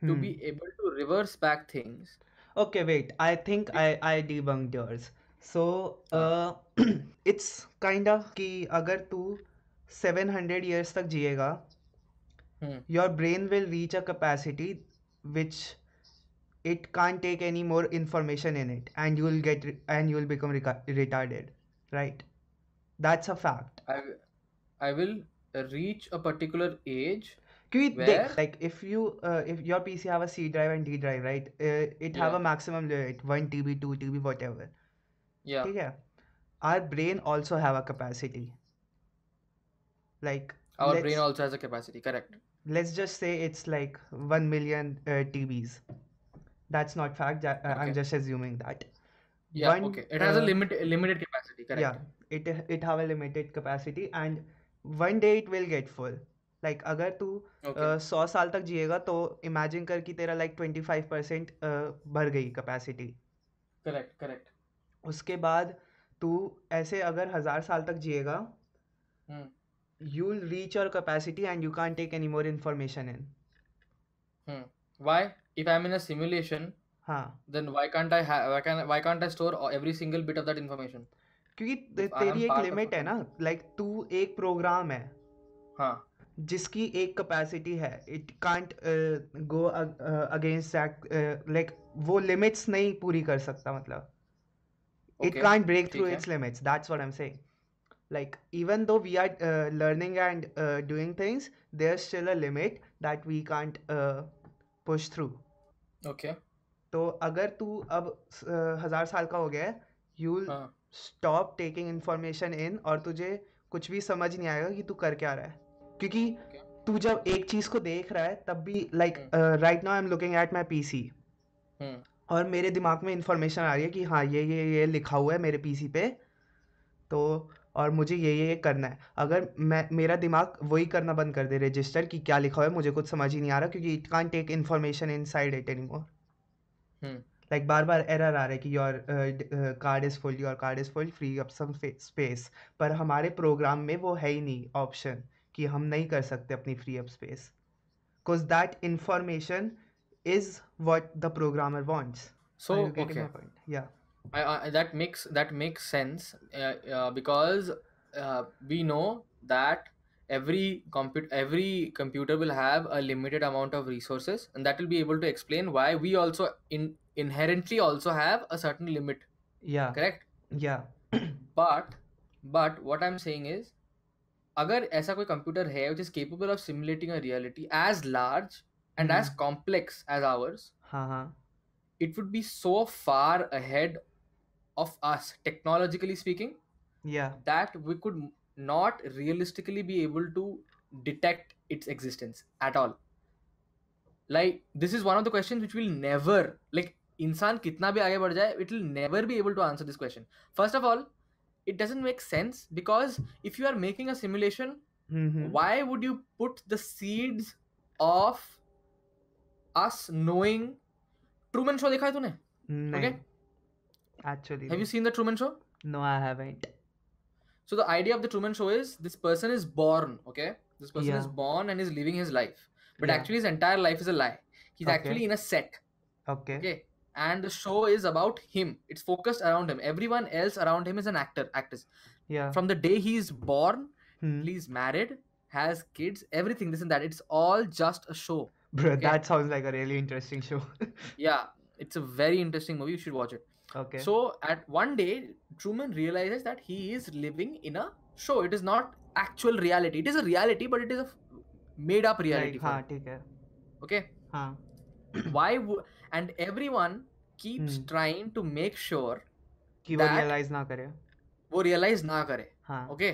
B: to
A: hmm.
B: be able to reverse back things.
A: Okay, wait. I think I I debunked yours. So,
B: Ah.
A: uh, it's kind of कि अगर तू 700 years तक जिएगा,
B: Hmm.
A: your brain will reach a capacity which it can't take any more information in it, and you'll get re- and you'll become reca- retarded, right? That's a fact.
B: I, w- I will uh, reach a particular age.
A: क्योंकि
B: Where?
A: देख like if you uh, if your PC have a C drive and D drive, right? Uh, it have
B: Yeah.
A: a maximum limit, 1 TB, 2 TB, whatever.
B: Yeah.
A: ठीक है our brain also have a capacity like
B: Our brain also has a capacity. Correct.
A: Let's just say it's like one million TBs that's not fact I am
B: Okay.
A: Just uh, assuming that
B: Yeah.
A: One,
B: okay. It has a
A: uh,
B: limit, limited capacity. Correct.
A: yeah it it have a limited capacity and one day it will get full like अगर तू uh,
B: Okay.
A: सौ uh, साल तक जिएगा तो imagine कर कि तेरा like twenty five percent भर गई कैपेसिटी
B: करेक्ट करेक्ट
A: उसके बाद तू ऐसे अगर हजार साल तक जिएगा
B: हम्म
A: you will reach your capacity and you can't take any more information in
B: Hmm. Why? If I'm in a simulation,
A: हाँ
B: then why can't I have? Why can? Why can't I store all- every single bit of that information?
A: क्योंकि ते-
B: If I am
A: तेरी एक
B: part of
A: limit
B: a-
A: है ना like तू एक programme है
B: Huh.
A: जिसकी एक कैपेसिटी है uh, it can't go against that like uh, वो लिमिट्स नहीं पूरी कर सकता मतलब it
B: Okay.
A: can't break through
B: ठीक है.
A: its limits that's what i'm saying like even though we are uh, learning and uh, doing things there's still a limit that we can't uh, push through
B: Okay.
A: तो अगर तू अब uh, हजार साल का हो गया है यू
B: हाँ.
A: स्टॉप टेकिंग इंफॉर्मेशन इन और तुझे कुछ भी समझ नहीं आएगा कि तू कर क्या रहा है क्योंकि
B: Okay. हम्म।
A: तू जब एक चीज को देख रहा है तब भी like right now I am looking at my PC
B: Hmm.
A: और मेरे दिमाग में इंफॉर्मेशन आ रही है कि हाँ ये ये ये लिखा हुआ है मेरे पीसी पे तो और मुझे ये ये ये करना है अगर मैं मेरा दिमाग वही करना बंद कर दे रजिस्टर कि क्या लिखा हुआ है मुझे कुछ समझ ही नहीं आ रहा क्योंकि it can't take information inside it any more
B: Hmm.
A: Like बार बार एरर आ रहा है कि uh, your card is full your card is full free up some space पर हमारे प्रोग्राम में वो है ही नहीं ऑप्शन कि हम नहीं कर सकते अपनी free up space because that information is what the programmer wants
B: So okay.
A: yeah
B: I, I, that makes that makes sense uh, uh, because uh, we know that every compute every computer will have a limited amount of resources and that will be able to explain why we also in inherently also have a certain limit
A: yeah
B: correct
A: yeah
B: but but what i'm saying is अगर ऐसा कोई computer है which is capable of simulating a reality as large and as
A: Mhm.
B: Complex as ours
A: हाँ हाँ
B: it would be so far ahead of us technologically speaking
A: yeah
B: that we could not realistically be able to detect its existence at all like this is one of the questions which will never like इंसान कितना भी आगे बढ़ जाए it will never be able to answer this question first of all it doesn't make sense because if you are making a simulation
A: hmm
B: why would you put the seeds of us knowing truman show देखा है तूने
A: नहीं Hmm, actually
B: Have you seen the Truman Show?
A: no I haven't
B: So the idea of the Truman Show is this person is born, okay? This person is
A: Yeah.
B: born and is living his life, but
A: Yeah.
B: actually his entire life is a lie. He's
A: Okay.
B: actually in a set,
A: okay
B: okay? And the show is about him. It's focused around him. Everyone else around him is an actor, actress.
A: yeah
B: From the day he is born,
A: Uh. Hmm.
B: he's married, has kids, everything this and that. It's all just a show.
A: bro
B: okay.
A: that sounds like a really interesting show
B: Yeah, it's a very interesting movie. You should watch it.
A: okay
B: So at one day, Truman realizes that he is living in a show. It is not actual reality. It is a reality, but it is a made up reality.
A: like
B: for
A: हाँ
B: him,
A: ठीक है
B: Okay.
A: हाँ
B: Why? Wo- and everyone keeps
A: Hmm.
B: trying to make sure
A: कि वो
B: That-
A: realize ना करे
B: वो realize na kare.
A: हाँ
B: Okay.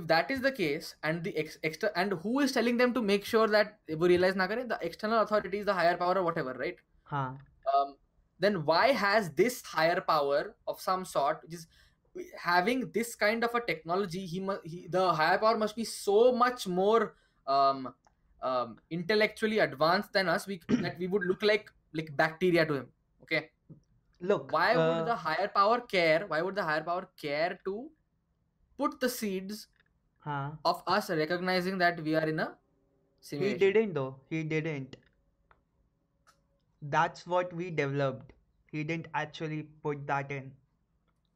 B: If that is the case, and the ex- extra and who is telling them to make sure that वो realize na kare? The external authorities, the higher power or whatever, right?
A: हाँ
B: um, then why has this higher power of some sort which is having this kind of a technology he, mu- he the higher power must be so much more um, um, intellectually advanced than us we, that we would look like like bacteria to him okay
A: look
B: why
A: uh,
B: would the higher power care why would the higher power care to put the seeds
A: हाँ
B: of us recognizing that we are in a
A: he
B: simulation
A: didn't though he didn't that's what we developed he didn't actually put that in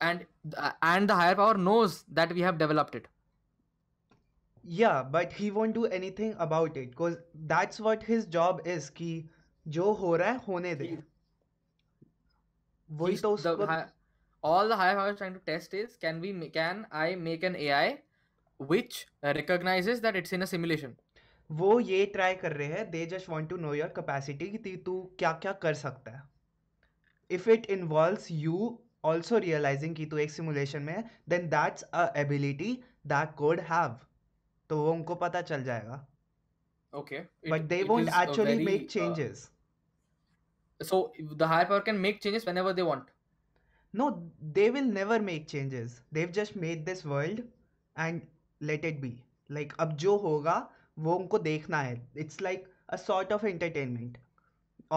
B: and uh, and the higher power knows that we have developed it
A: Yeah, but he won't do anything about it because that's what his job is कि जो हो रहा है होने दे वही
B: he's-
A: तो
B: the
A: उसको
B: hi- all the higher powers trying to test is can we ma- can I make an AI which recognizes that it's in a simulation?
A: वो ये ट्राई कर रहे हैं they just want to know your capacity कि ती- तू क्या क्या कर सकता है if it involves you also realising कि तू एक सिमुलेशन में है then that's a ability that could have तो वो उनको पता चल जाएगा
B: Okay, it-
A: but they
B: it
A: won't
B: is a
A: actually
B: very,
A: make
B: uh,
A: changes
B: so if the higher power can make changes whenever they want.
A: No, they will never make changes. They've just made this world and let it be. Like अब जो होगा वो उनको देखना है. It's like a sort of entertainment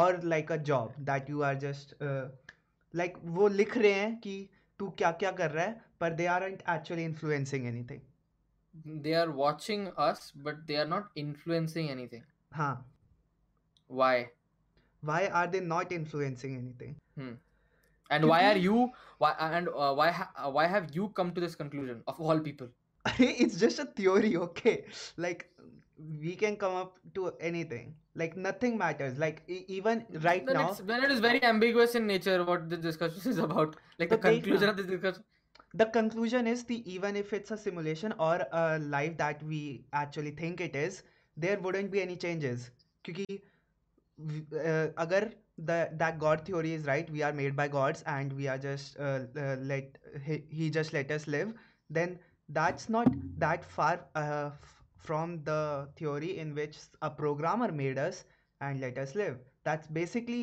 A: or like a job that you are just uh, like वो लिख रहे हैं कि तू क्या क्या कर रहा है पर they are actually influencing anything
B: They are watching us, but they are not influencing anything.
A: हाँ
B: Why?
A: why are they not influencing anything
B: And why are you? Why and uh, why ha- uh, why have you come to this conclusion of all people?
A: it's just a theory okay like we can come up to anything like nothing matters like e- even right
B: then
A: now
B: it's, then it is very ambiguous in nature what the discussion is about. Like the
A: But they-
B: conclusion of this discussion.
A: the conclusion is the even if it's a simulation or a life that we actually think it is there wouldn't be any changes क्योंकि w- uh, अगर the that god theory is right we are made by gods and we are just uh, uh, let he, he just let us live then that's not that far uh, f- from the theory in which a programmer made us and let us live that's basically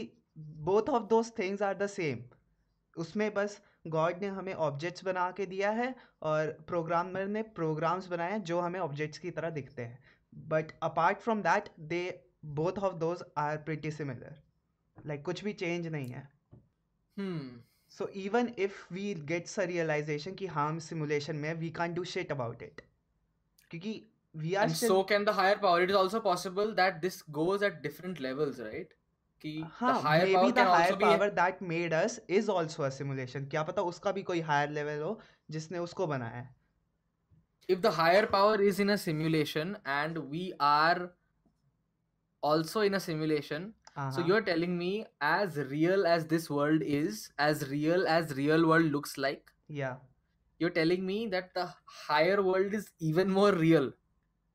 A: both of those things are the same उसमें बस God ने हमें objects बना के दिया है और programmer ने प्रोग्राम्स बनाए हैं जो हमें ऑब्जेक्ट्स की तरह दिखते हैं but apart from that they both of those are pretty similar like कुछ भी चेंज नहीं है
B: Hmm.
A: So even if we gets a realisation कि हाँ, हम सिमुलेशन में we can do shit about it क्योंकि we are
B: and so can the higher power. It is also possible that this goes at different levels, right? Ki
A: हाँ
B: the higher
A: may
B: power
A: be the
B: can
A: higher
B: also be.
A: Power that made us is also a simulation क्या पता उसका भी कोई higher level हो जिसने उसको बनाया है
B: If the higher power is in a simulation and we are also in a simulation, so
A: हाँ,
B: you're telling me as real as this world is, as real as real world looks like,
A: yeah.
B: you're telling me that the higher world is even more real,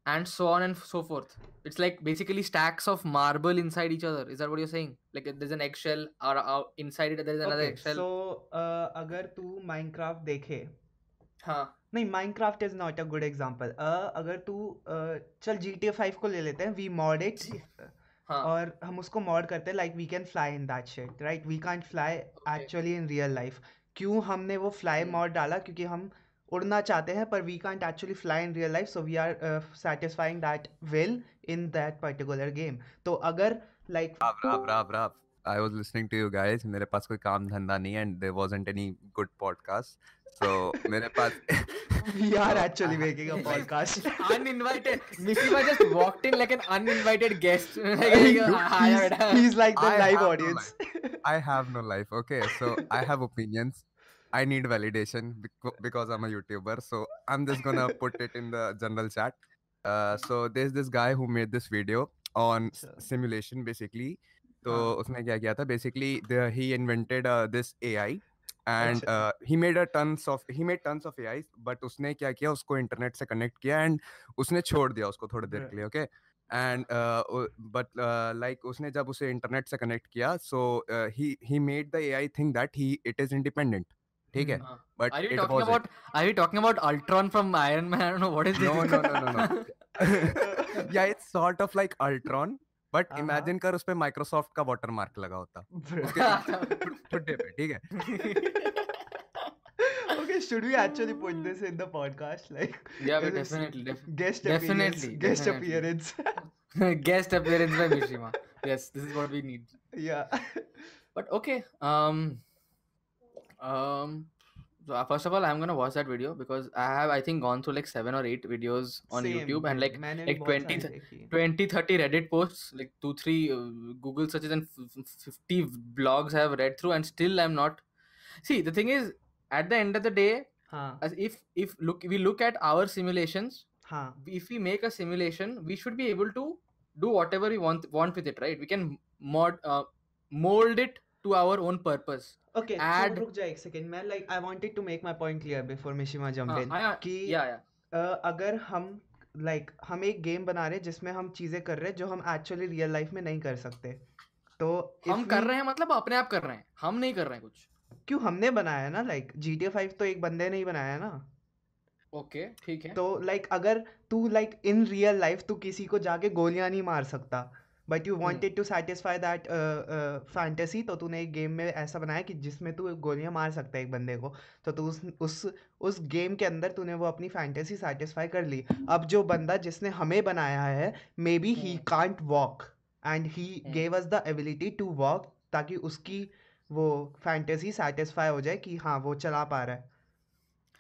B: and so on and so forth. It's like basically stacks of marble inside each other. Is that what you're saying? Like uh, there's an eggshell, or uh, inside it there's another
A: okay
B: eggshell.
A: so uh, अगर तू Minecraft देखे
B: हाँ
A: नहीं Minecraft is not a good example अगर तू uh, चल G T five को ले लेते हैं वी मॉड इट
B: जी- हाँ
A: और हम उसको मॉड करते हैं like we can fly in that shit right we can't fly
B: Okay.
A: Actually in real life क्यों हमने वो फ्लाई
B: Hmm.
A: मॉड डाला क्योंकि हम उड़ना चाहते हैं पर we can't actually fly in real life so we are satisfying that will in that particular game तो अगर like
C: Rav, Rav, Rav, Rav. I was listening to you guys. मेरे पास कोई काम धंधा नहीं है and there wasn't any good podcast. So मेरे पास
A: we are actually making a
B: Yes.
A: Podcast
B: uninvited Missima just walked in like an uninvited guest Like,
A: he's,
B: "Ah, hired."
A: he's like the
C: I
A: live
C: have no
A: audience.
C: I have no life. Okay, so I have opinions. I need validation becau- because I'm a YouTuber. So I'm just gonna put it in the general chat. Uh, so there's this guy who made this video on s-
A: Sure.
C: simulation, basically. So
A: हाँ.
C: उसने क्या किया था? Basically, the, he invented uh, this AI. And
A: अच्छा.
C: uh, he made a tons of he made tons of AIs, but उसने क्या किया उसको इंटरनेट से कनेक्ट किया एंड उसने छोड़ दिया उसको थोड़ी देर
A: Right.
C: के लिए uh, okay and but like uh, उसने जब उसे इंटरनेट से कनेक्ट किया uh, so he he made the AI think that he it is independent ठीक है
A: Hmm.
B: हाँ.
C: But
B: are you
C: it
B: talking
C: was
B: about are you talking about Ultron from Iron Man I don't know what is this
C: No, no, no, no, no. या it's sort of like Ultron but
A: हाँ, हाँ.
C: Imagine कर उस पे Microsoft का watermark लगा होता
A: Bro.
C: छुट्टे पे ठीक है
A: okay, should we actually put this in the podcast? Like,
B: yeah but
A: as a s-
B: definitely def-
A: guest
B: Definitely,
A: appearance. Guest
B: definitely.
A: appearance.
B: guest appearance by Mishima yes this is what we need
A: yeah.
B: but okay um um so, uh, first of all I'm gonna watch that video because I have I think gone through like seven or eight videos on
A: Same,
B: YouTube and
A: bro.
B: like
A: मैंने भी
B: like
A: बहुत
B: 20
A: सारी देखी.
B: 20 30 reddit posts like 2 3 uh, google searches and f- f- 50 blogs i have read through and still i'm not see the thing is at the end of the day
A: हाँ,
B: as if if look we look at our simulations
A: हाँ,
B: if we make a simulation we should be able to do whatever we want want with it right we can mod uh, mold it to our own purpose
A: Okay,
B: Add-
A: so रुक जा एक second. मैं like I wanted to make my point clear before Mishima jump
B: हाँ,
A: in.
B: हाँ,
A: कि
B: yeah yeah
A: अ, अगर हम like हम एक गेम बना रहे हैं जिसमें हम चीजें कर रहे हैं जो हम एक्चुअली रियल लाइफ में नहीं कर सकते तो if
B: हम कर
A: we-
B: रहे हैं मतलब अपने आप कर रहे हैं हम नहीं कर रहे हैं कुछ
A: क्यों हमने बनाया है ना लाइक जी टी फाइव तो एक बंदे ने ही बनाया है ना
B: ओके ठीक है
A: तो लाइक अगर तू लाइक इन रियल लाइफ तू किसी को जाके गोलियां नहीं मार सकता but
B: hmm.
A: You wanted to satisfy that fantasy uh, तो तूने एक गेम में ऐसा बनाया कि जिसमें तू गोलियां मार सकता है एक बंदे को तो तू उस उस उस गेम के अंदर तूने वो अपनी फैंटेसी सेटिस्फाई कर ली अब जो बंदा जिसने हमें बनाया है maybe he
B: hmm.
A: Can't walk and he
B: hmm.
A: Gave us the ability to walk ताकि उसकी वो फैंटेसी सेटिस्फाई हो जाए कि हाँ वो चला पा रहा है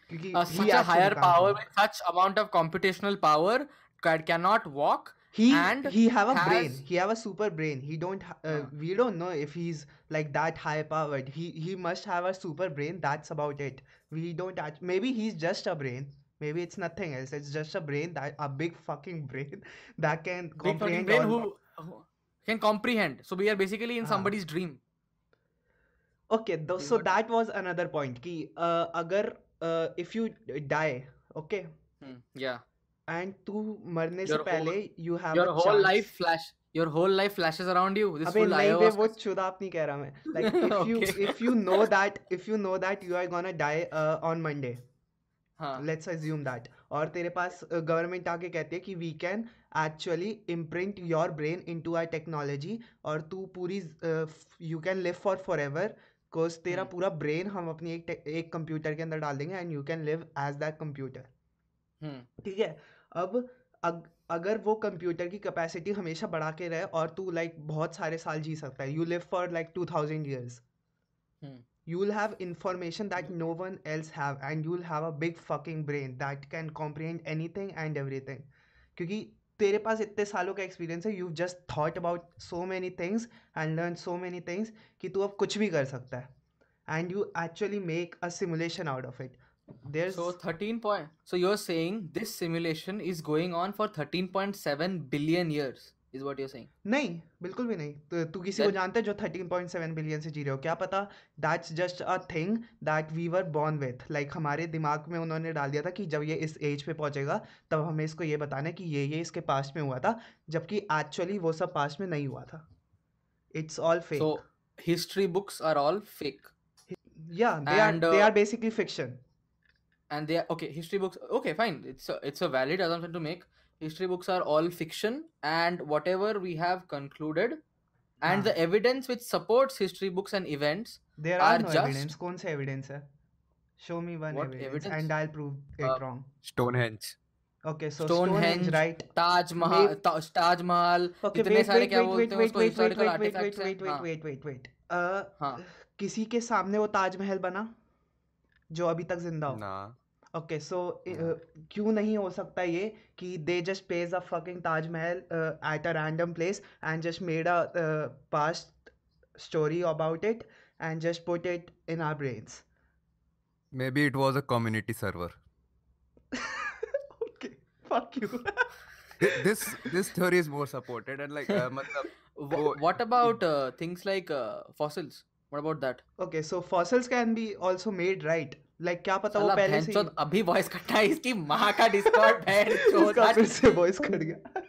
A: क्योंकि
B: Uh,
A: he
B: such a
A: actually
B: higher
A: can't do
B: power
A: it.
B: with such amount of computational power ca- cannot walk.
A: he
B: and
A: he have a brain
B: has- Ah.
A: he have a super brain he don't ha- uh,
B: Huh.
A: we don't know if he's like that high powered he he must have a super brain that's about it we don't act- maybe he's just a brain maybe it's nothing else it's just a brain that a big fucking brain that can
B: Big fucking
A: comprehend
B: brain
A: all-
B: who, who can comprehend. So we are basically in
A: हाँ.
B: somebody's dream.
A: okay though
B: Is
A: so
B: what-
A: that was another point ki uh, agar uh, if you die okay
B: Hmm, Yeah.
A: and तू मरने से
B: Your whole-
A: पहले you have
B: Your
A: a
B: whole
A: chance.
B: life flash. Your whole life flashes around you. This
A: अबे
B: full
A: नहीं बे वो
B: ayahuasca.
A: चुदाप नहीं कह रहा मैं like if you
B: Okay.
A: if you know that if you know that you are gonna die uh, on Monday
B: हाँ.
A: let's assume that और तेरे पास गवर्नमेंट आके कहती है कि we can actually imprint your brain into our technology और तू पूरी uh, you can live for forever because तेरा
B: Hmm.
A: पूरा ब्रेन हम अपनी एक tech- एक कंप्यूटर के अंदर डाल देंगे and you can live as that computer
B: Hmm.
A: ठीक है अब अग, अगर वो कंप्यूटर की कैपेसिटी हमेशा बढ़ा के रहे और तू लाइक बहुत सारे साल जी सकता है you live for like two thousand years
B: Hmm.
A: You will have information that no one else have and you will have a big fucking brain that can comprehend anything and everything क्योंकि तेरे पास इतने सालों का experience है you just thought about so many things and learn so many things कि तू अब कुछ भी कर सकता है and you actually make a simulation out of it there
B: So 13 point. So you're saying this simulation is going on for 13.7 billion years is what you're saying.
A: नहीं बिल्कुल भी नहीं तो तू किसी को
B: Then-
A: जानता है जो 13.7 बिलियन से जी रहे हो क्या पता that's just a thing that we were born with like हमारे दिमाग में उन्होंने डाल दिया था कि जब ये इस एज पे पहुंचेगा तब हमें इसको ये बताना है कि ये ये इसके पास्ट में हुआ था जबकि एक्चुअली वो सब पास्ट में नहीं हुआ था it's all
B: So
A: fake
B: history books are all fake.
A: या they are
B: and,
A: they
B: uh,
A: are basically fiction
B: and they are okay history books okay fine it's a, it's a valid assumption to make history books are all fiction and whatever we have concluded and
A: हाँ.
B: the evidence which supports history books and events
A: there
B: are
A: are no
B: just-
A: evidence कौन सा evidence है show me one
B: What
A: evidence
B: evidence?
A: And I prove
B: Uh,
A: it wrong
C: Stonehenge.
A: Okay so
B: Stonehenge,
A: Stonehenge right
B: taj mahal
A: Maybe-
B: Ta- taj mahal
A: Okay,
B: इतने
A: wait,
B: सारे
A: wait,
B: क्या
A: wait,
B: बोलते
A: wait,
B: हैं
A: wait,
B: उसको
A: wait, wait,
B: historical
A: wait, wait,
B: artifacts हैं,
A: wait, wait,
B: हाँ.
A: wait, wait, wait. Uh,
B: हाँ.
A: किसी के सामने वो ताजमहल बना जो अभी तक जिंदा हो
C: Nah.
A: Okay so
C: Yeah.
A: क्यों नहीं हो सकता ये कि they just page a fucking Taj Mahal at a random place and just made a past story about it and just put it in our brains
C: Maybe it was a community server.
A: Okay fuck you
C: Thi- This this theory is more supported and like uh, matlab,
B: Wh-
C: Oh.
B: what about uh, things like uh, fossils what about that
A: okay so fossils can be also made right like क्या पता वो
B: साला
A: पहले से
B: भैंचोद
A: ही-
B: अभी voice कटना है इसकी माँ का डिस्कॉर्ड
A: इसका फिर
B: भैंचोद
A: से वॉइस कट गया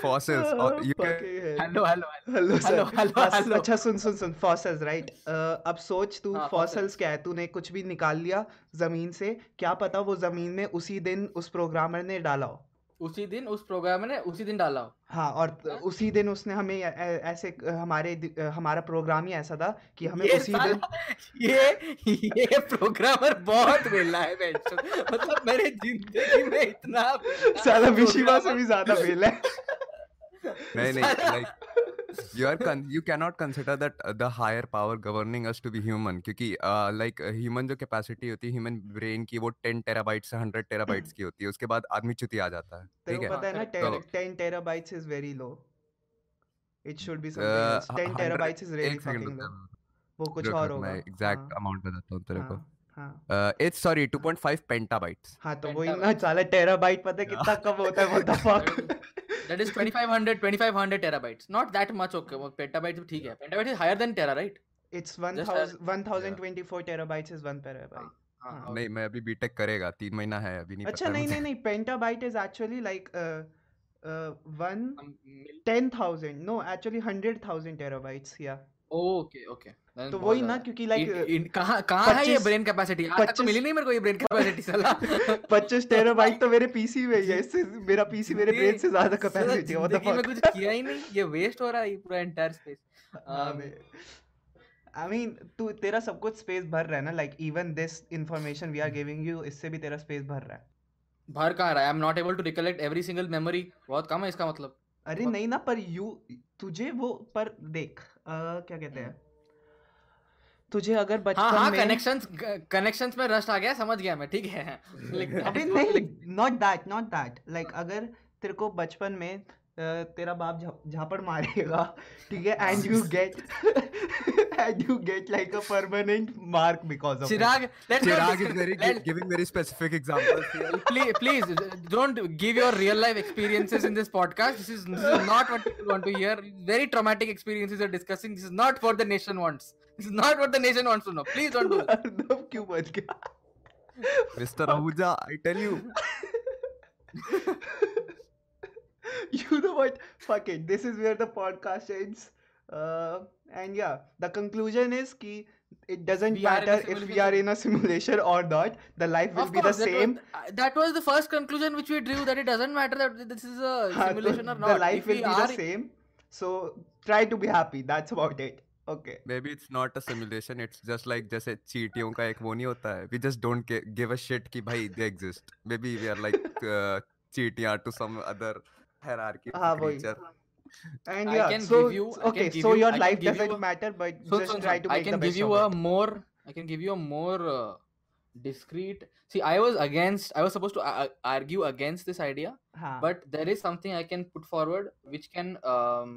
C: fossils. or
A: Oh,
C: you can-
A: fucking hell.
B: Hello hello
A: hello sir
B: hello, hello,
A: बस,
B: हेलो।
A: अच्छा सुन सुन सुन फॉसिल्स राइट अब सोच तू
B: हाँ,
A: फॉसिल्स
B: fossils.
A: क्या है तूने कुछ भी निकाल लिया जमीन से क्या पता वो जमीन में उसी दिन उस प्रोग्रामर ने डाला हो
B: उसी दिन उस प्रोग्राम ने उसी दिन डाला हो
A: हाँ और त-
B: हाँ?
A: उसी दिन उसने हमें ऐ- ऐ- ऐसे क- हमारे दि- अ, हमारा प्रोग्राम ही ऐसा था कि हमें
B: ये
A: उसी दिन
B: साला ये ये प्रोग्रामर बहुत बेला है बेंचो मतलब मेरे जिंदगी में इतना बेला
A: साला विशिवा से
B: programmer-
A: भी ज्यादा बेल है
C: नहीं नहीं like you are con- you cannot consider that uh, the higher power governing us to be human क्योंकि uh, like uh, human जो capacity होती है human brain की वो 10 terabytes से 100 terabytes की होती है उसके बाद आदमी चुती आ जाता है
A: तेरे
C: ठीक
A: को
C: है
A: पता है ना
B: correct.
A: Ten terabytes is very low it should be
C: Uh,
A: something else
C: hu-
A: 10
C: 100
A: terabytes is really
C: एक सेकंड
A: फकिंग लो
C: रुक
A: वो कुछ
C: रुक
A: और
C: रुक,
A: होगा
C: मैं एग्जैक्ट
A: हाँ,
C: अमाउंट बताता हूँ तेरे को
A: हाँ हाँ
C: इट्स सॉरी 2.5 पेंटाबाइट्स
A: हाँ तो वही ना
B: Petabytes.
A: साला टेराबाइट पता है
C: Yeah.
A: कितना कम होता है what the fuck
B: That is 2500 2500 terabytes not that much okay well, petabytes भी ठीक है petabyte is higher than tera right
A: it's 1000
B: Just as-
A: 1024 terabytes is 1 petabyte
B: हाँ,
A: हाँ.
B: okay.
C: नहीं मैं अभी बीटेक करेगा तीन महीना है अभी नहीं
A: अच्छा
C: पता
A: नहीं
C: मुझे।
A: नहीं नहीं petabyte is actually like uh, 1
B: हम मिल-
A: 10000 नो एक्चुअली 100000 टेराबाइट्स या
B: okay okay Then
A: तो
B: um, बहुत
A: वही
B: ज्यादा
A: ना
B: है.
A: क्योंकि
B: इन-
A: लाइक
B: इन- कहाँ कहाँ है ये
A: 25
B: ब्रेन कैपेसिटी आज तक तो
A: 25
B: मिली नहीं मेरे को ये ब्रेन कैपेसिटी साला
A: 25 टेराबाइट तो मेरे पीसी में ही है इससे मेरा पीसी मेरे ब्रेन से ज्यादा
B: सर,
A: कैपेसिटी है व्हाट
B: जिंदगी में कुछ
A: द फक
B: किया ही नहीं ये वेस्ट हो रहा है ये पूरा एंटायर स्पेस
A: हाँ
B: Um,
A: बे आई मीन तू तेरा सब कुछ स्पेस भर रहा है ना like even this information we are giving you इससे भी तेरा स्पेस भर रहा है
B: भर कहाँ रहा है I am not able to recollect every single memory बहुत कम है इसका मतलब
A: अरे
B: बहुत-
A: नहीं ना पर यू तुझे वो पर देख अ, क्या कहते हैं तुझे अगर
B: हम्म। हाँ
A: बचपन
B: हाँ
A: में
B: कनेक्शंस कनेक्शंस में रस्ट आ गया समझ गया मैं ठीक है Like that
A: अबे
B: is what- like-
A: नहीं not that not that like अगर तेरे को बचपन में अ, तेरा बाप झा- झापड़ मारेगा ठीक है and you get and you get like a permanent mark because of
B: Chirag let's not
C: Chirag is
B: discuss-
C: very gi-
B: let-
C: giving very specific examples here.
B: please please don't give your real life experiences in this podcast this is, this is not what people want to hear very traumatic experiences you're discussing this is not what the nation wants this is not what the nation wants to know please don't do this.
A: Arnab क्यों बच गया
C: Mr. Ahuja, I tell you.
A: you know what? Fuck it. This is where the podcast ends. Uh, and yeah, the conclusion is ki it doesn't
B: We are in a
A: matter if we are
B: simulation.
A: in a simulation or not. The life will
B: of
A: be the
B: course that
A: same.
B: was, uh, that was the first conclusion which we drew that it doesn't matter that this is a
A: हाँ, तो
B: simulation or
A: the
B: not
A: life
B: if we
A: will be
B: are
A: the same. So try to be happy. That's about it. Okay.
C: Maybe it's not a simulation. It's just like जैसे चीटियों का एक वो नहीं होता है. We just don't gi- give a shit कि भाई they exist. Maybe we are like uh, चीटियाँ to some other hierarchy of
A: हाँ, वही.
C: creature.
A: And
B: I
A: yeah,
B: can
A: so
B: give you- I can
A: okay,
B: give
A: so
B: you-
A: your
B: I can
A: life
B: give you
A: doesn't
B: a-
A: matter, but
B: so,
A: just
B: so,
A: try
B: so,
A: to
B: I
A: make
B: can
A: the
B: give
A: best
B: you
A: of
B: a
A: it.
B: more I can give you a more uh, discreet see I was against I was supposed to uh, argue against this idea
A: हाँ,
B: but there is something I can put forward which can um,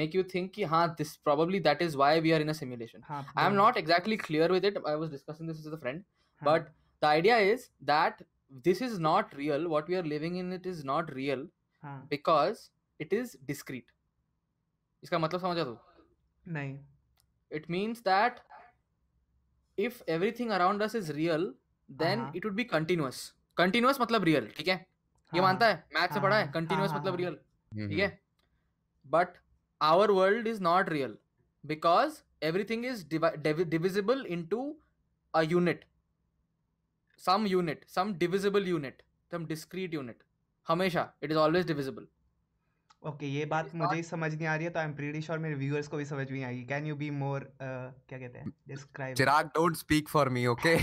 B: make you think ki, ha, this probably that is why we are in a simulation
A: हाँ,
B: I'm
A: बोल।
B: not exactly clear with it I was discussing this with a friend
A: हाँ,
B: but the idea is that this is not real what we are living in it is not real
A: हाँ,
B: because it is discrete इसका मतलब समझा तू
A: नहीं
B: it means that if everything around us is real then
A: हाँ।
B: it would be continuous continuous मतलब real ठीक है ये
A: हाँ,
B: मानता है मैथ से
A: हाँ,
B: पढ़ा है
A: हाँ,
B: continuous
A: हाँ,
B: मतलब
A: हाँ।
B: real ठीक
C: हम्म,
B: है but our world is not real because everything is divisible into a unit some unit some divisible unit some discrete unit हमेशा it is always divisible
A: okay ये बात
B: It's
A: मुझे ही समझ नहीं आ रही है तो आई एम प्रीटी श्योर मेरे व्यूअर्स को भी समझ में आएगी can you be more uh, क्या कहते हैं describe
C: Chirag, don't speak for me, okay?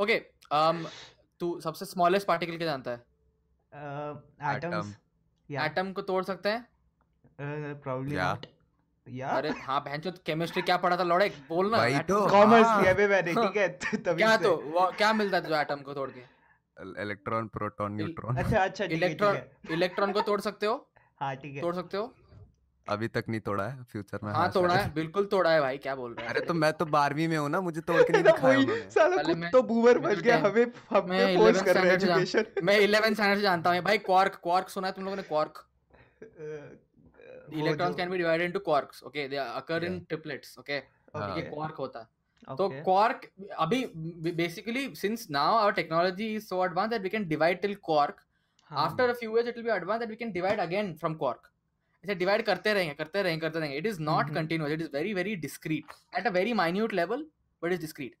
B: Okay um, तू सबसे स्मॉलेस्ट पार्टिकल क्या जानता है
A: Uh, एटम्स या
B: एटम को तोड़ सकते हैं
A: Uh, प्रोबब्ली
C: Yeah.
A: नॉट या
B: अरे हाँ बहन चो केमिस्ट्री क्या पढ़ा था लौड़े बोलना
C: वही
B: atom
C: तो।
B: को-
A: कॉमर्स
C: हाँ।
A: लिया बे मैंने ठीक है तो- तभी
B: क्या
A: से
B: तो वो- क्या मिलता है जो एटम को तोड़ के
C: El- Electron, proton,
B: इल-
C: neutron.
A: अच्छा अच्छा ठीक है ठीक
B: इलेक्ट्रॉन तो
A: है
B: इलेक्ट्रॉन को तोड़ सकते हो
A: हाँ ठीक है
B: तोड़ सकते हो
C: अभी तक नहीं तोड़ा है फ्यूचर में
B: हाँ तोड़ा है
C: शायद।
B: बिल्कुल तोड़ा है भाई क्या बोल रहा है
C: अरे तो मैं तो बारहवीं में हूँ ना मुझे तोड़ के नहीं
A: ना
C: दिखाया
A: वही
C: उन्होंने।
A: साला
B: पहले
A: खुद
B: मैं-
A: तो बूमर
B: मैं
A: बन
B: तो
A: गया
B: ten-
A: हमें हम
B: मैं
A: पे फोर्स
B: 11th
A: कर रहे हैं
B: standard जा-
A: एजुकेशन
B: मैं 11th स्टैंडर्ड से जानता हूँ ये भाई क्वार्क क्वार्क सुना है तुम लोगों ने quark electrons can be divided into quarks okay they occur in triplets okay
A: हाँ,
B: ये
C: Okay.
B: क्वार्क होता है तो क्वार्क अभी basically since now our technology is so advance that we can divide till quark
A: हाँ,
B: after a few years it will be advance that we can divide again from quark ऐसे divide करते रहेंगे करते रहेंगे करते रहेंगे it is not
A: hmm.
B: Continuous it is very very discrete at a very minute level but is discrete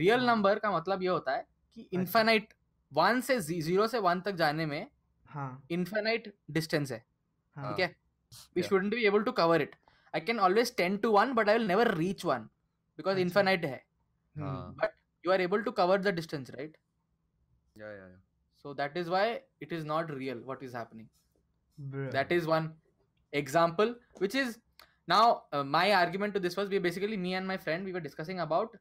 B: real
A: हाँ।
B: Number का मतलब ये होता है कि
A: अच्छा।
B: इन्फेनाइट वन से जीरो से वन तक जाने में
A: हाँ
B: इन्फेनाइट डिस्टेंस है
A: हाँ
B: ठीक है we
C: Yeah.
B: shouldn't be able to cover it i can always tend to one but i will never reach one because
A: अच्छा।
B: infinite hai Hmm,
A: hmm,
B: but you are able to cover the distance right
C: Yeah, yeah, yeah.
B: so that is why it is not real what is happening
A: bro.
B: that is one example which is now uh, my argument to this was we basically me and my friend we were discussing about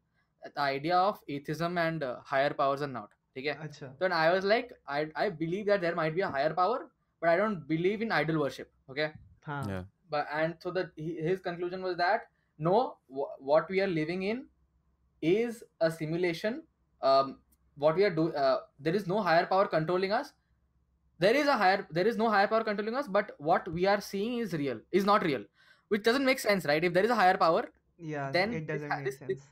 B: the idea of atheism and uh, higher powers and not okay
A: अच्छा
B: then i was like i i believe that there might be a higher power but i don't believe in idol worship okay
A: हाँ
C: Yeah.
B: but and so that his conclusion was that no wha- what we are living in is a simulation um what we are doing uh, there is no higher power controlling us there is a higher there is no higher power controlling us but what we are seeing is real is not real which doesn't make sense right if there is a higher power
A: yeah
B: then
A: it
B: this
A: doesn't
B: ha-
A: make
B: this- this-
A: sense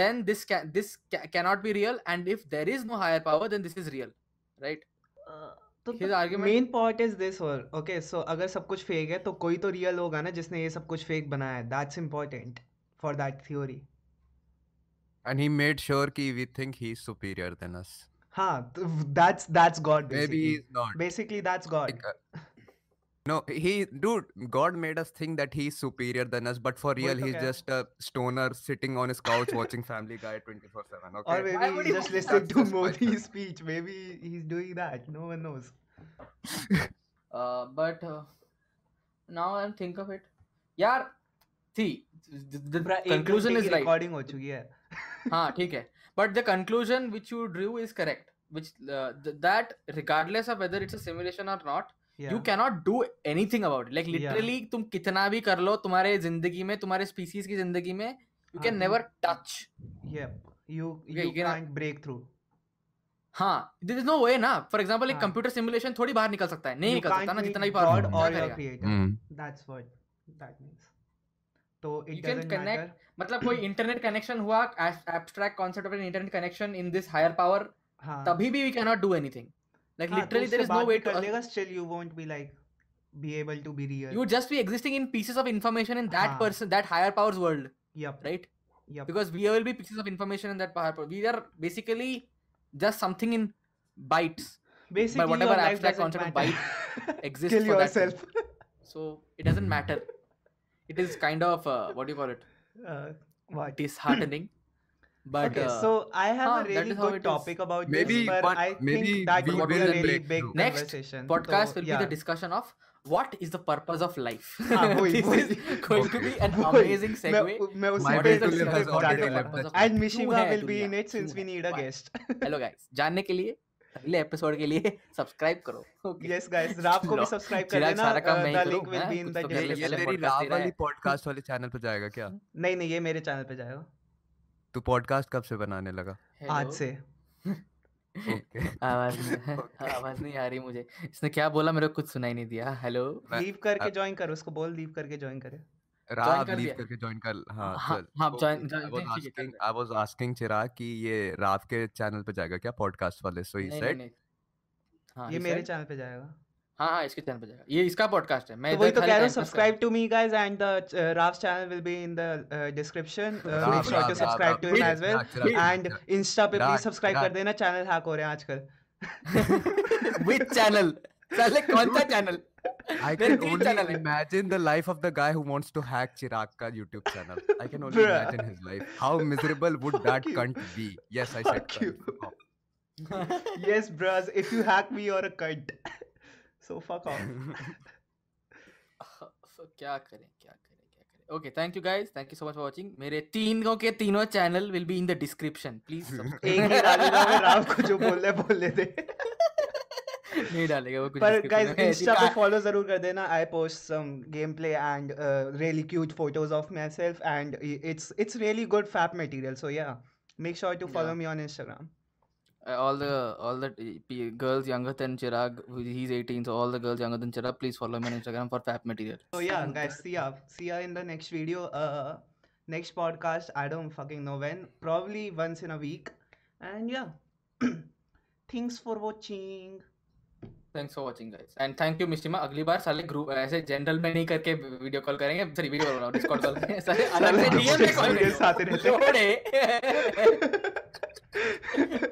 B: then this can this ca- cannot be real and if there is no higher power then this is real right
A: तो
B: His argument-
A: main point is this और okay so अगर सब कुछ fake है तो कोई तो real होगा ना जिसने ये सब कुछ फेक बनाया है that's important for that theory
C: And he made sure ki we think he's superior than us.
A: हाँ that's that's God
C: Maybe
A: basically
C: he's not.
A: Basically that's God
C: Like, uh, no, he, dude, God made us think that he's superior than us, but for real,
A: तो
C: he's
A: कह रहा
C: just a stoner sitting on his couch watching Family Guy 24 7. Okay.
A: और
B: Why would
A: maybe
B: he
A: just
B: do
A: listen
C: that?
A: To
C: That's my
A: Modi
C: thought.
A: Speech maybe he's doing that no one knows
B: uh, but uh, now I'm think of it. Yeah, see the, the
A: पूरा एक
B: conclusion
A: घंटे
B: is
A: की
B: right
A: recording हो चुकी है
B: हाँ ठीक है but the conclusion which you drew is correct which uh, th- that regardless of whether it's a simulation or not
A: Yeah.
B: you cannot do anything about it like
A: Yeah.
B: literally तुम कितना भी कर लो तुम्हारे जिंदगी में तुम्हारे species की जिंदगी में you
A: हाँ,
B: can
A: तुम-
B: never touch
A: Yep. You
B: Yeah,
A: you
B: you cannot-
A: can't break through.
B: हाँ there is no way ना for example एक
A: हाँ।
B: computer simulation थोड़ी बाहर निकल सकता है नहीं
A: You
B: निकल सकता
A: can't
B: ना
A: meet
B: जितना भी
A: God
B: powerful
A: or
B: क्या
A: your
B: करेगा
A: creator.
C: Mm.
A: That's what that means. So it
B: You can
A: doesn't
B: connect-
A: matter.
B: मतलब कोई इंटरनेट कनेक्शन हुआ abstract concept of an internet connection in this higher power
A: हाँ,
B: तभी भी we can not do anything like
A: हाँ, तो
B: literally there
A: उससे
B: is no
A: बात भी
B: वे
A: कर
B: टू
A: लेगा, still you won't be like be able to be real.
B: you would just be existing in pieces of information in that
A: हाँ.
B: person that higher powers world
A: Yep.
B: right
A: Yep.
B: because we will be pieces of information in that power power. we are basically just something in bytes
A: Basically, your
B: whatever
A: life doesn't
B: abstract concept of
A: matter.
B: exists
A: Kill
B: for that thing.
A: yourself.
B: so it doesn't matter it is kind of uh, what do you call it
A: Uh, what?
B: disheartening but
A: okay,
B: uh,
A: so I have
B: हाँ,
A: a
B: that
A: really
B: is how
A: good
B: it is.
A: topic about
C: Maybe
A: this, but
C: one-
A: I
C: maybe
A: think that
C: we
A: would be
B: will
A: a
B: then
A: really
C: break
A: big
C: through.
B: Next
A: conversation.
B: podcast
A: So,
B: will
A: तो, yeah.
B: be the discussion of what is the purpose of life
A: हाँ, वही,
B: this
A: वही.
B: is going to
C: Okay.
B: be an
A: वही.
B: amazing
A: मैं-
B: segue
A: मैं उसी
C: My
A: पे-
C: way
B: What is
C: to
B: the
A: उसी पे
C: live has
B: purpose of
A: जाके
C: already
B: life?
C: lived
A: बात-
C: that
B: Purpose
A: And
B: True
A: Mishiba
B: है
A: will be in
B: दुनिया,
A: it since
B: true
A: we
B: है,
A: need a
B: बात।
A: guest.
B: हेलो गाइस जानने के लिए अगले एपिसोड के लिए सब्सक्राइब करो ओके
A: Yes, guys, राब को भी
B: लो,
A: सब्सक्राइब कर
B: चिराग
A: देना.
B: सारा काम
A: uh,
B: मैं
A: The
B: ही करूँ,
A: link will
B: हाँ,
A: be in
B: कुछ
A: the
B: तो
C: ये
B: पहले-
C: ये
B: पहले
A: description.
B: podcast दे
C: तेरी राव
B: रहा
C: वाली
B: है।
C: पॉडकास्ट वाले चैनल पे जाएगा क्या
A: नहीं नहीं ये मेरे चैनल पे जाएगा
C: तू पॉडकास्ट कब से बनाने लगा
A: आज से
C: ओके
B: आवाज नहीं-
C: Okay.
B: आवाज नहीं आ रही मुझे इसने क्या बोला मेरे को कुछ सुनाई नहीं दिया हेलो
C: मैं- हाँ।
A: लीव करके ज्वाइन कर उसको बोल लीव करके ज्वाइन करे
B: हाँ,
C: राव
B: कर
C: लीव
B: दिया।
C: करके ज्वाइन कर हाँ
B: हाँ,
C: चल
B: हाँ, join- join-
C: आई वाज
B: ठीक है, कर
C: asking I was asking Chirag कि ये राव के चैनल पे जाएगा क्या पॉडकास्ट वाले सो ही
B: नहीं नहीं
C: सेड
B: नहीं हाँ
A: ये
B: he
A: मेरे
B: said-
A: चैनल पे जाएगा
B: हाँ हाँ इसके चैनल पे जाएगा ये इसका पॉडकास्ट है मैं
A: तो
B: इधर
A: वही तो
B: खाली
A: कह रहा हूँ
B: time pass कर
A: subscribe to me guys and the Rav channel will be in the description
B: Rav,
A: make sure
B: Rav,
A: to
B: Rav,
A: subscribe to him as well
C: हाँ,
A: एंड इंस्टा पे
C: Rav,
A: प्लीज सब्सक्राइब कर
C: Rav.
A: देना channel hack हो रहे हैं आजकल
B: with channel साले कौन सा चैनल
C: I
B: मेरे
C: can
B: तीन चैनल
C: only
B: है
C: imagine the life of the guy who wants to hack Chirag ka YouTube channel. I can only
A: Bruh.
C: imagine his life. How miserable would
A: Fuck
C: that
A: you.
C: cunt be? Yes, I said
A: Fuck
C: cunt.
A: you.
C: Fuck off.
A: Oh. yes bros if you hack me you're a cunt so fuck off
B: So, क्या करें क्या करें क्या करें okay thank you guys thank you so much for watching मेरे तीनों के तीनों channel will be in the description please
A: एक ही डालूंगा मैं राव को जो बोलना है बोलने दे
B: नहीं डालेगा वो कुछ
A: पर
B: description
A: गाइस
B: में। ऐसी
A: इंस्टा पे
B: का-
A: फॉलो जरूर कर देना I post some game play and really cute photos of myself and it's it's really good fap material so ya make sure to follow
B: Yeah.
A: Me on Instagram
B: Uh, all the all the uh, p- girls younger than Chirag, who- he's 18, so all the girls younger than Chirag, please follow me on Instagram for fab material.
A: So yeah, guys, see ya. See ya in the next video. Uh, next podcast. I don't fucking know when. Probably once in a week. And yeah, thanks for watching.
B: Thanks for watching guys and thank you मिस्टिमा अगली बार साले group ऐसे general में नहीं करके video call करेंगे sorry video call बनाओ डिस्कॉर्ड कॉल करेंगे साले अलग
A: साले
B: से डीएम पे
A: group
B: कॉल
A: में साथ रहते हैं।
B: करेंगे लोड़े